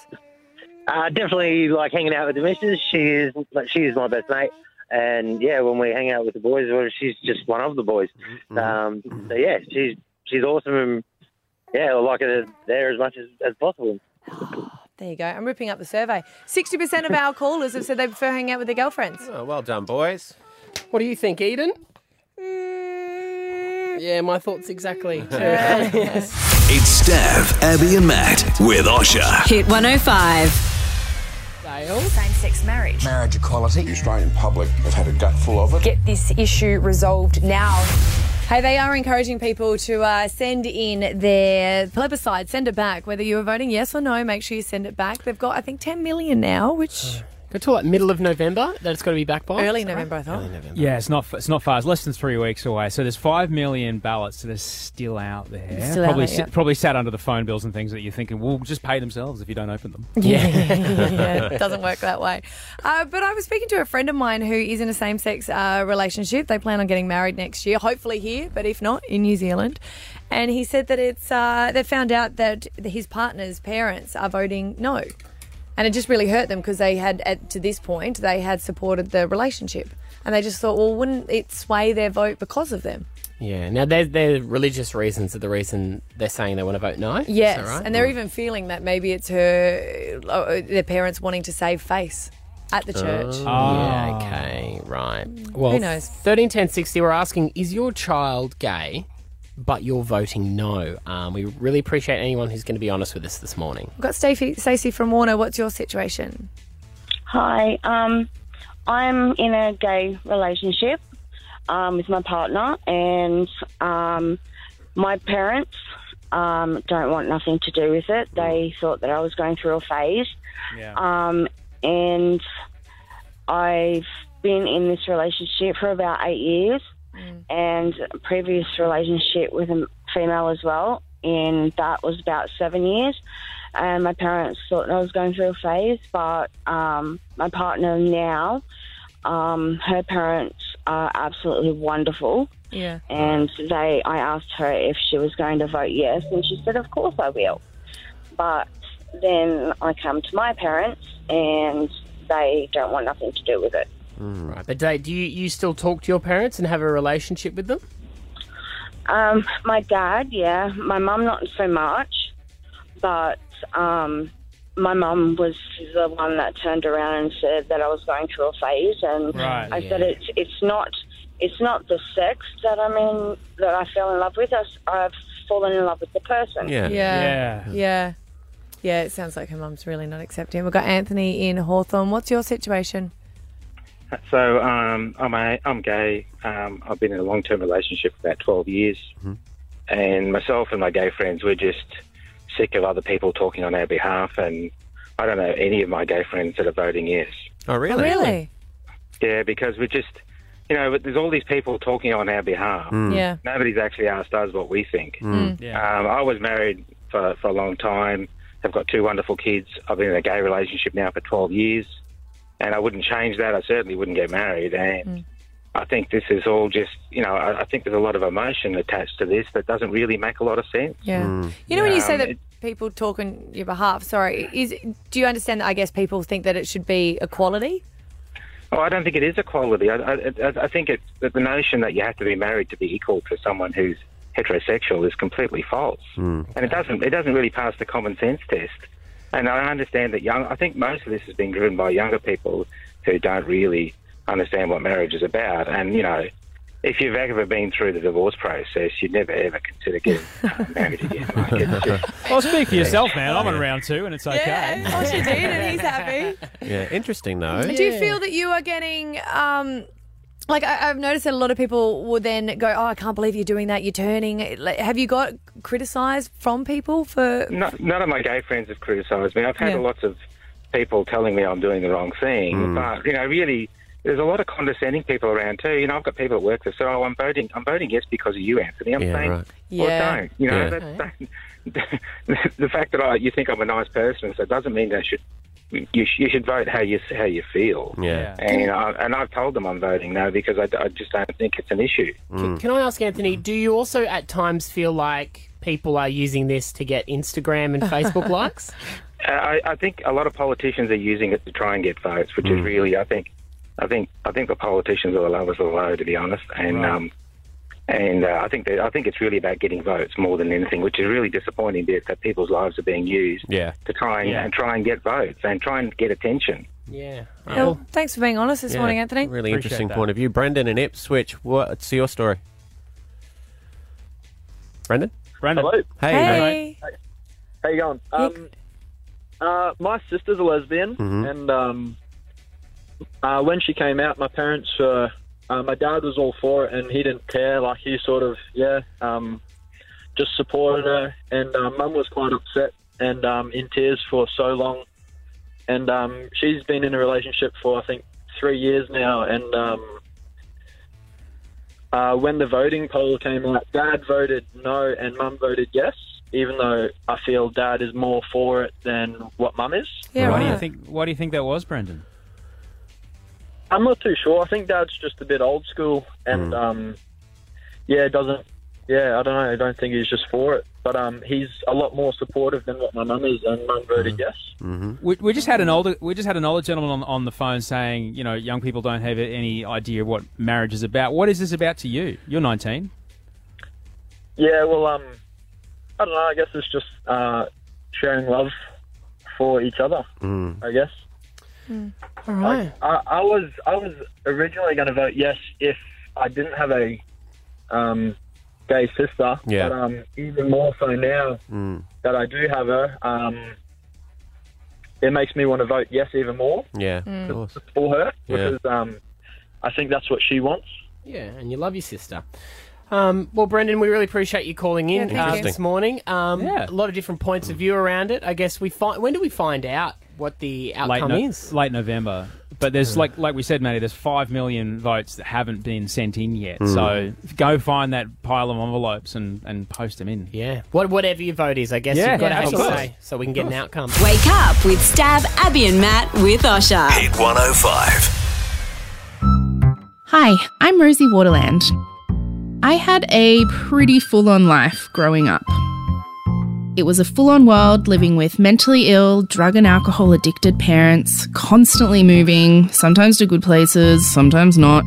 Uh, definitely like hanging out with the missus. She is like she is my best mate, and yeah, when we hang out with the boys, well, she's just one of the boys. Um, so yeah, she's she's awesome, and yeah, I like it there as much as, as possible.
There you go. I'm ripping up the survey. Sixty percent of our callers have said they prefer hanging out with their girlfriends.
Oh, well done, boys.
What do you think, Eden? Yeah, my thoughts exactly. too. Yes.
It's Stav, Abby, and Matt with Osha.
Hit 105.
Same sex marriage.
Marriage equality. The Australian public have had a gutful of it.
Get this issue resolved now.
Hey, they are encouraging people to uh, send in their plebiscite, send it back. Whether you were voting yes or no, make sure you send it back. They've got, I think, 10 million now, which
Go to like middle of November that it's got to be back by.
Early
Is that
November, I thought.
Early November.
Yeah, it's not f- it's not far. It's less than three weeks away. So there's five million ballots that are still out there.
Still out
probably
there, yeah.
probably sat under the phone bills and things that you're thinking will just pay themselves if you don't open them.
yeah, it doesn't work that way. Uh, but I was speaking to a friend of mine who is in a same sex uh, relationship. They plan on getting married next year, hopefully here, but if not, in New Zealand. And he said that it's, uh, they found out that his partner's parents are voting no. And it just really hurt them because they had, at, to this point, they had supported the relationship. And they just thought, well, wouldn't it sway their vote because of them?
Yeah. Now there's there are religious reasons are the reason they're saying they want to vote no. Is that
Yes.
right?
And they're even feeling that maybe it's her, uh, their parents wanting to save face at the church.
Yeah, Oh, okay, right. Well,
Who knows?
13, 10, 60, we're asking, is your child gay, but you're voting no? Um, we really appreciate anyone who's going to be honest with us this morning.
We've got Stacey, Stacey from Warner. What's your situation?
Hi, um, I'm in a gay relationship um, with my partner, and um, my parents um, don't want nothing to do with it. They thought that I was going through a phase,
Yeah.
Uh,
um, and I've been in this relationship for about eight years, and a previous relationship with a female as well, and that was about seven years. And my parents thought I was going through a phase, but um, my partner now, um, her parents are absolutely wonderful.
Yeah.
And they, I asked her if she was going to vote yes, and she said, "Of course I will." But then I come to my parents, and they don't want nothing to do with it.
Right. But Dave, do you, you still talk to your parents and have a relationship with them?
Um, my dad, yeah, my mum not so much, but um, my mum was the one that turned around and said that I was going through a phase, and
Right,
I said
yeah.
it's it's not it's not the sex that I'm in that I fell in love with. I, have fallen in love with the person.
Yeah.
Uh-huh.
Yeah. Yeah. Yeah, it sounds like her mum's really not accepting. We've got Anthony in Hawthorne. What's your situation?
So um, I'm a, I'm gay. Um, I've been in a long term relationship for about twelve years, and myself and my gay friends we're just sick of other people talking on our behalf. And I don't know any of my gay friends that are voting yes.
Oh, really?
really?
Yeah, because we're just you know, but there's all these people talking on our behalf.
Hmm.
Hmm.
Mm. Yeah.
Nobody's actually asked us what we think.
Mm.
Um, I was married for, for a long time. I've got two wonderful kids. I've been in a gay relationship now for 12 years. And I wouldn't change that. I certainly wouldn't get married. And
Mm.
I think this is all just, you know, I, I think there's a lot of emotion attached to this that doesn't really make a lot of sense.
Yeah. You know, when you say
Um,
that
it-
people talk on your behalf, sorry, is do you understand that I guess people think that it should be equality?
Oh, I don't think it is equality. I, I, I- I think it's that the notion that you have to be married to be equal to someone who's heterosexual is completely false, and it doesn't it doesn't really pass the common sense test. And I understand that young. I think most of this has been driven by younger people who don't really understand what marriage is about, and you know. if you've ever been through the divorce process, you'd never ever consider getting uh, married again. Like, it's just,
Well, speak for yourself, man. I'm on round two, and it's okay.
Oh, she did, and he's happy.
Yeah, interesting though.
Do you feel that you are getting? Um, like I, I've noticed that a lot of people will then go, "Oh, I can't believe you're doing that. You're turning." Like, have you got criticised from people for?
no, none of my gay friends have criticised me. I've had
Yeah.
lots of people telling me I'm doing the wrong thing,
Mm.
but you know, really, there's a lot of condescending people around too. You know, I've got people at work that say, "Oh, I'm voting, I'm voting yes because of you, Anthony." I'm
Yeah,
saying,
right.
"Well,
Yeah.
don't." You know,
Yeah.
that's, the fact that I, you think I'm a nice person, so it doesn't mean that should you, sh- you should vote how you how you feel.
Yeah.
And you know, I- and I've told them I'm voting no because I, d- I just don't think it's an issue.
Mm.
Can I ask Anthony, do you also at times feel like people are using this to get Instagram and Facebook likes?
Uh, I, I think a lot of politicians are using it to try and get votes, which
Mm.
is really, I think, I think, I think the politicians are the lowest of the low, to be honest. And
Right.
um, and uh, I think that I think it's really about getting votes more than anything, which is really disappointing that, that people's lives are being used
yeah.
to try and,
Yeah.
and try and get votes and try and get attention.
Yeah.
Well, thanks for being honest this
Yeah,
morning, Anthony.
Really interesting point of view. Brendan and Ipswich, what's your story? Brendan?
Brendan. Hello.
Hey.
Hey.
How you going? Um, uh, my sister's a lesbian,
Mhm.
and um, uh, when she came out, my parents, uh, uh, my dad was all for it, and he didn't care. Like he sort of, yeah, um, just supported her, and uh, mum was quite upset and um, in tears for so long, and um, she's been in a relationship for I think three years now, and um, uh, when the voting poll came out, Dad voted no and Mum voted yes. Even though I feel Dad is more for it than what Mum is.
why do you think? Why do you think that was, Brendan?
I'm not too sure. I think Dad's just a bit old school, and um, yeah, doesn't. Yeah, I don't know. I don't think he's just for it, but um, he's a lot more supportive than what my mum is, and Mum voted yes.
Hmm?
We, we just had an older we just had an older gentleman on, on the phone saying, you know, young people don't have any idea what marriage is about. What is this about to you? You're 19.
Yeah, well, um, I don't know. I guess it's just uh, sharing love for each other.
Hmm.
I guess.
Hmm. All right.
I, I was I was originally going to vote yes if I didn't have a um, gay sister.
Yeah.
But um, even more so now
Mm.
that I do have her, um, it makes me want to vote yes even more
Yeah,
Mm.
of course.
for her
Yeah.
because um, I think that's what she wants.
Yeah, and you love your sister. Um, well, Brendan, we really appreciate you calling in
Yeah, thank
uh,
you.
this morning. Um,
Yeah.
A lot of different points of view around it. I guess we find. When do we find out what the outcome
late, no-
is? Hmm.
late November. But there's like like we said, Matty, there's five million votes that haven't been sent in yet.
Mm.
So go find that pile of envelopes and, and post them in.
Yeah. What whatever your vote is, I guess
Yeah,
you've got to
yeah,
have
of
a
course.
say so we can
Of
get an
course.
outcome.
Wake up with Stab, Abby, and Matt with Osha.
Hit 105.
Hi, I'm Rosie Waterland. I had a pretty full on life growing up. It was a full on world living with mentally ill, drug and alcohol addicted parents, constantly moving, sometimes to good places, sometimes not.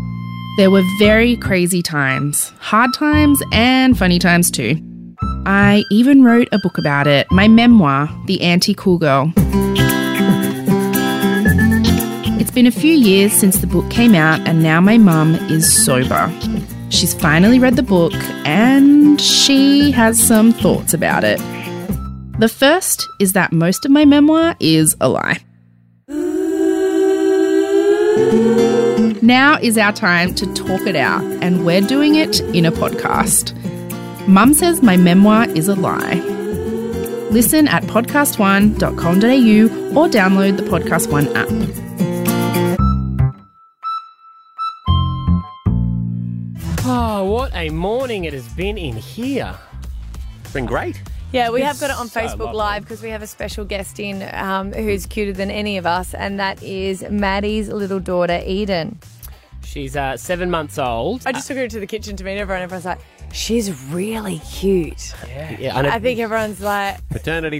There were very crazy times, hard times, and funny times too. I even wrote a book about it, my memoir, The Anti Cool Girl. It's been a few years since the book came out, and now my mum is sober. She's finally read the book and she has some thoughts about it. The first is that most of my memoir is a lie. Now is our time to talk it out, and we're doing it in a podcast. Mum says my memoir is a lie. Listen at podcastone.com.au or download the Podcast One app.
Oh, what a morning it has been in here.
It's been great.
Yeah, we have
It's
got it on
so
Facebook
lovely.
Live because we have a special guest in um, who's cuter than any of us, and that is Maddie's little daughter, Eden.
She's uh, seven months old.
I just took her to the kitchen to meet everyone, and everyone's like, she's really cute.
Yeah.
I,
I know.
think everyone's like,
Paternity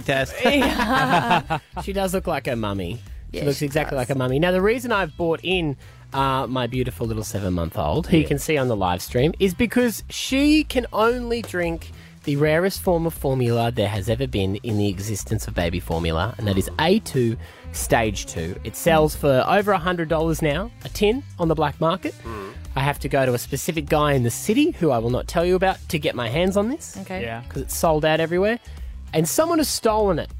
test.
Yeah.
she does look like her mummy.
Yeah,
she looks
she
exactly
does.
like her mummy. Now, the reason I've brought in uh, my beautiful little seven month old, who you can see on the live stream, is because she can only drink the rarest form of formula there has ever been in the existence of baby formula, and that is A2 Stage 2. It sells for over $100 now, a tin on the black market. I have to go to a specific guy in the city who I will not tell you about to get my hands on this.
Okay. Yeah.
Because it's sold out everywhere. And someone has stolen it.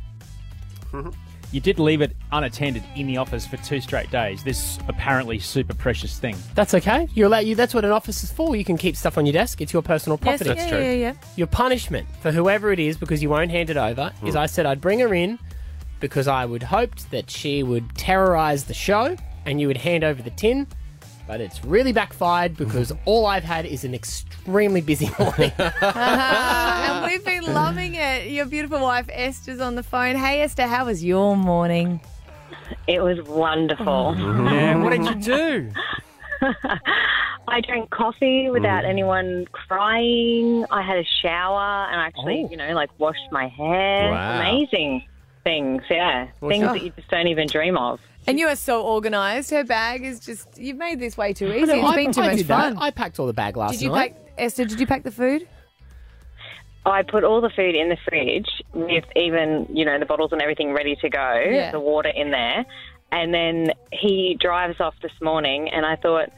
You did leave it unattended in the office for two straight days. This apparently super precious thing.
That's okay. You're allowed. You, that's what an office is for. You can keep stuff on your desk. It's your personal
Yes,
property.
That's yeah, true. yeah, yeah.
Your punishment for whoever it is, because you won't hand it over, is
Hmm.
I said I'd bring her in because I would hoped that she would terrorize the show and you would hand over the tin. But it's really backfired because all I've had is an extremely busy morning.
and we've been loving it. Your beautiful wife Esther's on the phone. Hey, Esther, how was your morning?
It was
Oh.
wonderful.
Yeah, what did you do?
I drank coffee without anyone crying. I had a shower and I actually,
Oh.
you know, like washed my hair.
Wow.
Amazing things, yeah.
Well,
things
sure.
that you just don't even dream of.
And you are so organised. Her bag is just, you've made this way too easy. It's
I-
been too
I
much
did that.
fun.
I packed all the bag last
Did you
night.
pack, Esther, did you pack the food?
I put all the food in the fridge with even, you know, the bottles and everything ready to go,
Yeah.
the water in there. And then he drives off this morning, and I thought,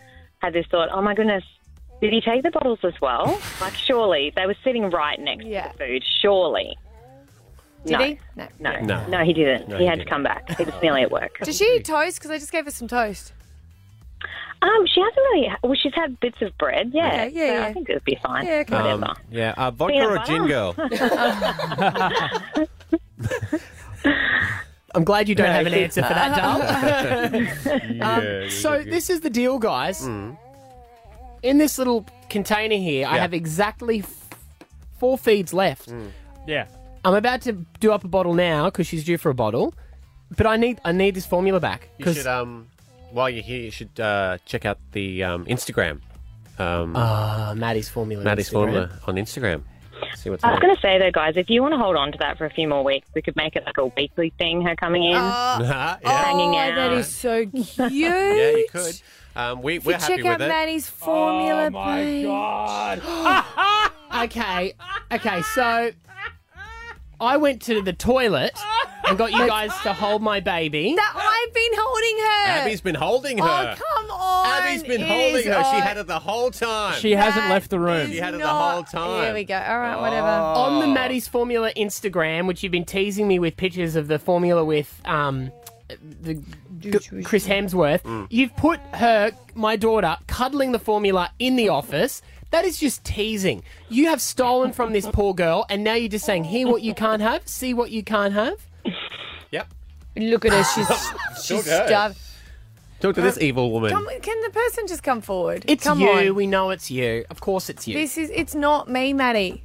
had this thought, oh my goodness, did he take the bottles as well? like, surely they were sitting right next to the food, surely.
Did
no,
he? No.
No.
No.
no. he didn't.
No,
he,
he
had
didn't.
to come back. He was nearly at work.
Did she eat toast? Because I just gave her some toast.
Um, she hasn't really. Well, she's had bits of bread, yeah.
Okay, yeah,
so
yeah.
I think it'll be fine.
Yeah, okay.
Whatever.
Um, yeah, uh, vodka
Peanut
or
butter?
gin girl? Mm-hmm.
I'm glad you don't have an
Yeah.
answer for that, Dal. Um,
Yeah,
so this is the deal, guys.
Hmm. Mm,
In this little container here, I
Yeah.
have exactly f- four feeds left.
mm.
Yeah.
I'm about to do up a bottle now because she's due for a bottle, but I need I need this formula back
You
because
should, um, while you're here, you should uh, check out the um, Instagram. Um,
Ah, Maddie's formula.
Maddie's
Instagram.
formula on Instagram. See what's
I was
on.
going to say though, guys, if you want to hold on to that for a few more weeks, we could make it like a weekly thing. Her coming in,
yeah.
hanging
oh,
out.
that is so cute.
yeah, you could. Um, we,
If you
we're happy
check
with
out
it.
Maddie's formula
Oh, my
page.
God. okay, okay. So I went to the toilet and got you guys to hold my baby.
That I've been holding her.
Abby's been holding her.
Oh, come on.
Abby's been
It
holding
is
her. She
on.
had it the whole time.
She hasn't left the room.
She had it the
not-
whole time.
Here we
go. All right,
whatever. Oh. On the Maddie's Formula Instagram, which you've been teasing me with pictures of the formula with um, the g- Chris Hemsworth,
Mm.
you've put her, my daughter, cuddling the formula in the office. That is just teasing. You have stolen from this poor girl, and now you're just saying, hear what you can't have, see what you can't have.
Yep.
Look at her. She's
Talk
she's
to her.
stuffed.
Talk to this evil woman.
Come, can the person just come forward?
It's
come
you.
On.
We know it's you. Of course, it's you.
This is. It's not me, Maddie.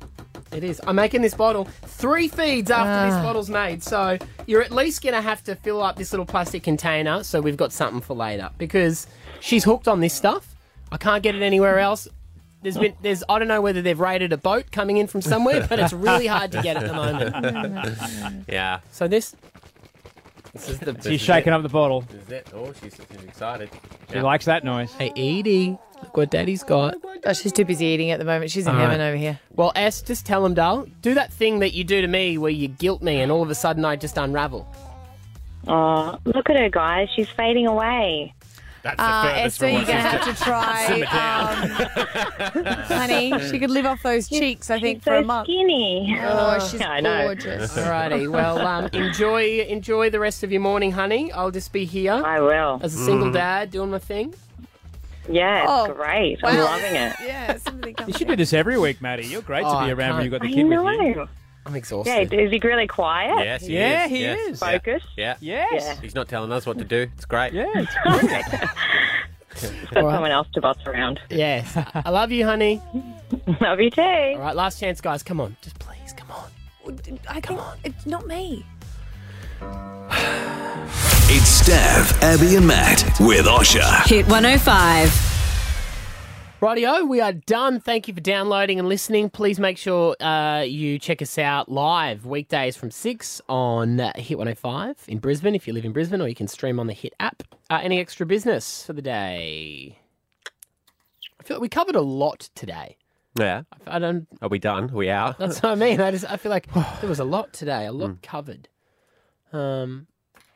It is. I'm making this bottle three feeds after
Ah.
this bottle's made, so you're at least going to have to fill up this little plastic container so we've got something for later because she's hooked on this stuff. I can't get it anywhere else. There's been there's I don't know whether they've raided a boat coming in from somewhere, but it's really hard to get at the moment.
yeah.
So this this is the
This
She's
is
shaking
it.
up the bottle.
This is it. Oh, she's, she's excited.
She likes that noise.
Hey, Edie, look what Daddy's got.
Oh, she's too busy eating at the moment. She's in
All
heaven
right.
over here.
Well, S, just tell him, Dal, do that thing that you do to me where you guilt me and all of a sudden I just unravel.
Aw, look at her, guys. She's fading away.
That's
Uh, Esther, you're going to have to try, um, honey. She could live off those cheeks, I think,
she's
for a
so
month.
Skinny.
Oh, she's
Yeah, I know.
gorgeous.
Alrighty, well, um, enjoy enjoy the rest of your morning, honey. I'll just be here. I
will.
As a single
Mm.
Mhm.
dad, doing my thing.
Yeah, it's
Oh,
great. I'm
wow.
loving it.
Yeah, somebody come.
You should do this every week, Maddie. You're great
Oh,
to be
I
around when you've got the
can't-
kid
I
with you.
know.
I'm
Yeah,
exhausted.
is he really quiet?
Yes, he
Yeah,
is.
he
yes.
is.
Focused.
Yeah.
Yes. Yeah.
He's not telling us what to do. It's great.
Yeah.
Got someone else to boss around.
Yes. I love you, honey.
love you too. All
right, last chance, guys. Come on. Just please. Oh,
I come on. It's not me.
It's Stav, Abby, and Matt with Osha.
Hit 105.
Rightio, we are done. Thank you for downloading and listening. Please make sure uh, you check us out live weekdays from 6 on uh, Hit 105 in Brisbane if you live in Brisbane, or you can stream on the Hit app. Uh, any extra business for the day? I feel like we covered a lot today.
Yeah.
I don't.
Are we done? Are we out?
That's what I mean. I just I feel like there was a lot today, a lot covered. Um,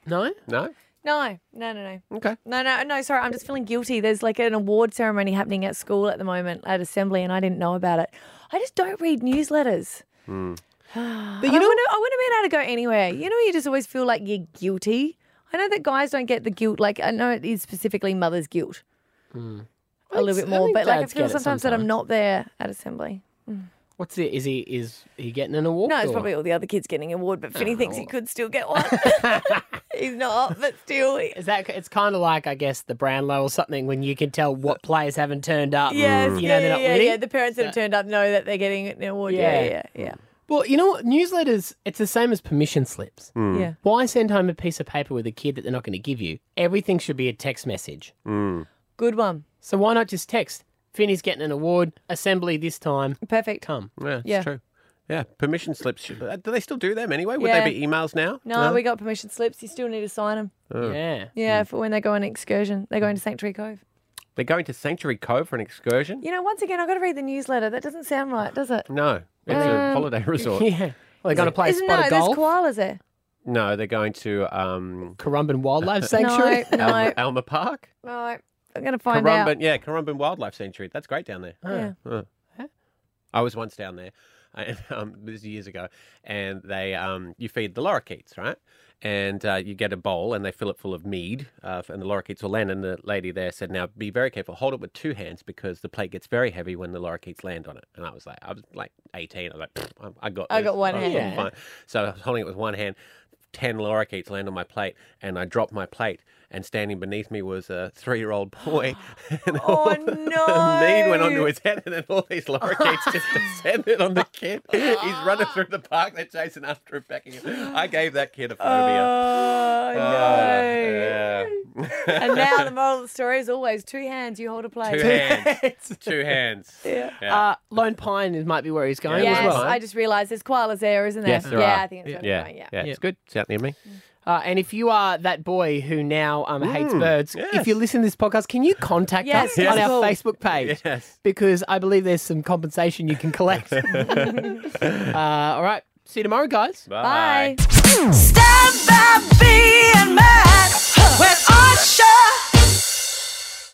no,
no.
No, no, no, no.
Okay.
No, no, no. Sorry, I'm just feeling guilty. There's like an award ceremony happening at school at the moment at assembly, and I didn't know about it. I just don't read newsletters. but you know, I wouldn't, I wouldn't have been able to go anywhere. You know, you just always feel like you're guilty. I know that guys don't get the guilt. Like I know it is specifically mother's guilt a little
think-
bit
I
more,
think
but like I
dads
feel
get it
sometimes, that I'm not there at assembly. Hmm.
What's it? Is he is he getting an award?
No, it's
or-
probably all the other kids getting an award, but Finny
Oh.
thinks he could still get one. He's not, but still.
Is that? It's kind of like I guess the Brownlow or something when you can tell what players haven't turned up.
Mm.
Yes,
you know,
yeah,
they're
yeah,
not
yeah,
winning.
yeah. The parents that have turned up know that they're getting an award. Yeah, yeah, yeah.
Well, you know what? Newsletters, it's the same as permission slips.
Mm. Yeah.
Why send home a piece of paper with a kid that they're not going to give you? Everything should be a text message.
Hmm.
Good one.
So why not just text? Finney's getting an award. Assembly this time.
Perfect.
Come.
Yeah, it's
Yeah.
true. Yeah, permission slips. should- uh, Do they still do them anyway? Would
Yeah.
they be emails now?
No, we got permission slips. You still need to sign them.
Oh.
Yeah.
Yeah, for when they go on an excursion, they're going to Sanctuary Cove.
They're going to Sanctuary Cove for an excursion?
You know, once again, I've got to read the newsletter. That doesn't sound right, does it?
No, it's a
Um,
holiday resort.
yeah. Well, they're going to play
Isn't,
spot
no,
of
there's
golf.
koalas there.
No, they're going to um,
Currumbin Wildlife Sanctuary?
No, no.
Alma, Alma Park.
No, I'm going to find
Currumbin,
out.
yeah, Currumbin Wildlife Sanctuary. That's great down there.
Yeah.
Huh. I was once down there, and, um, this is years ago, and they um, you feed the lorikeets, right? And uh, you get a bowl, and they fill it full of mead, uh, and the lorikeets will land. And the lady there said, "Now be very careful. Hold it with two hands because the plate gets very heavy when the lorikeets land on it." And I was like, I was like eighteen. I was like, "Pfft, I'm- I got,
I
this.
got one
I'm
hand."
fine." So I was holding it with one hand. Ten lorikeets land on my plate, and I dropped my plate. And standing beneath me was a three-year-old boy. and
oh
the mead went onto
no.
his head, and then all these lorikeets just descended on the kid. He's running through the park. They're chasing after him, backing him. I gave that kid a phobia. Oh,
Oh, no.
Uh, no.
and now the moral of the story is always two hands, you hold a plate.
Two hands. Two hands.
Yeah.
Uh, Lone Pine is, might be where he's going
Yes,
as well.
I just realised there's koalas there, isn't there?
Yes, there
yeah,
are.
I think it's
yeah.
fine, yeah.
yeah, It's good. It's out near me.
Uh, and if you are that boy who now um, hates
Mm,
birds, if you listen to this podcast, can you contact
Yes,
us
yes,
on our
cool.
Facebook page?
Yes.
Because I believe there's some compensation you can collect. uh, all right. See you tomorrow, guys.
Stand by being mad with Usher.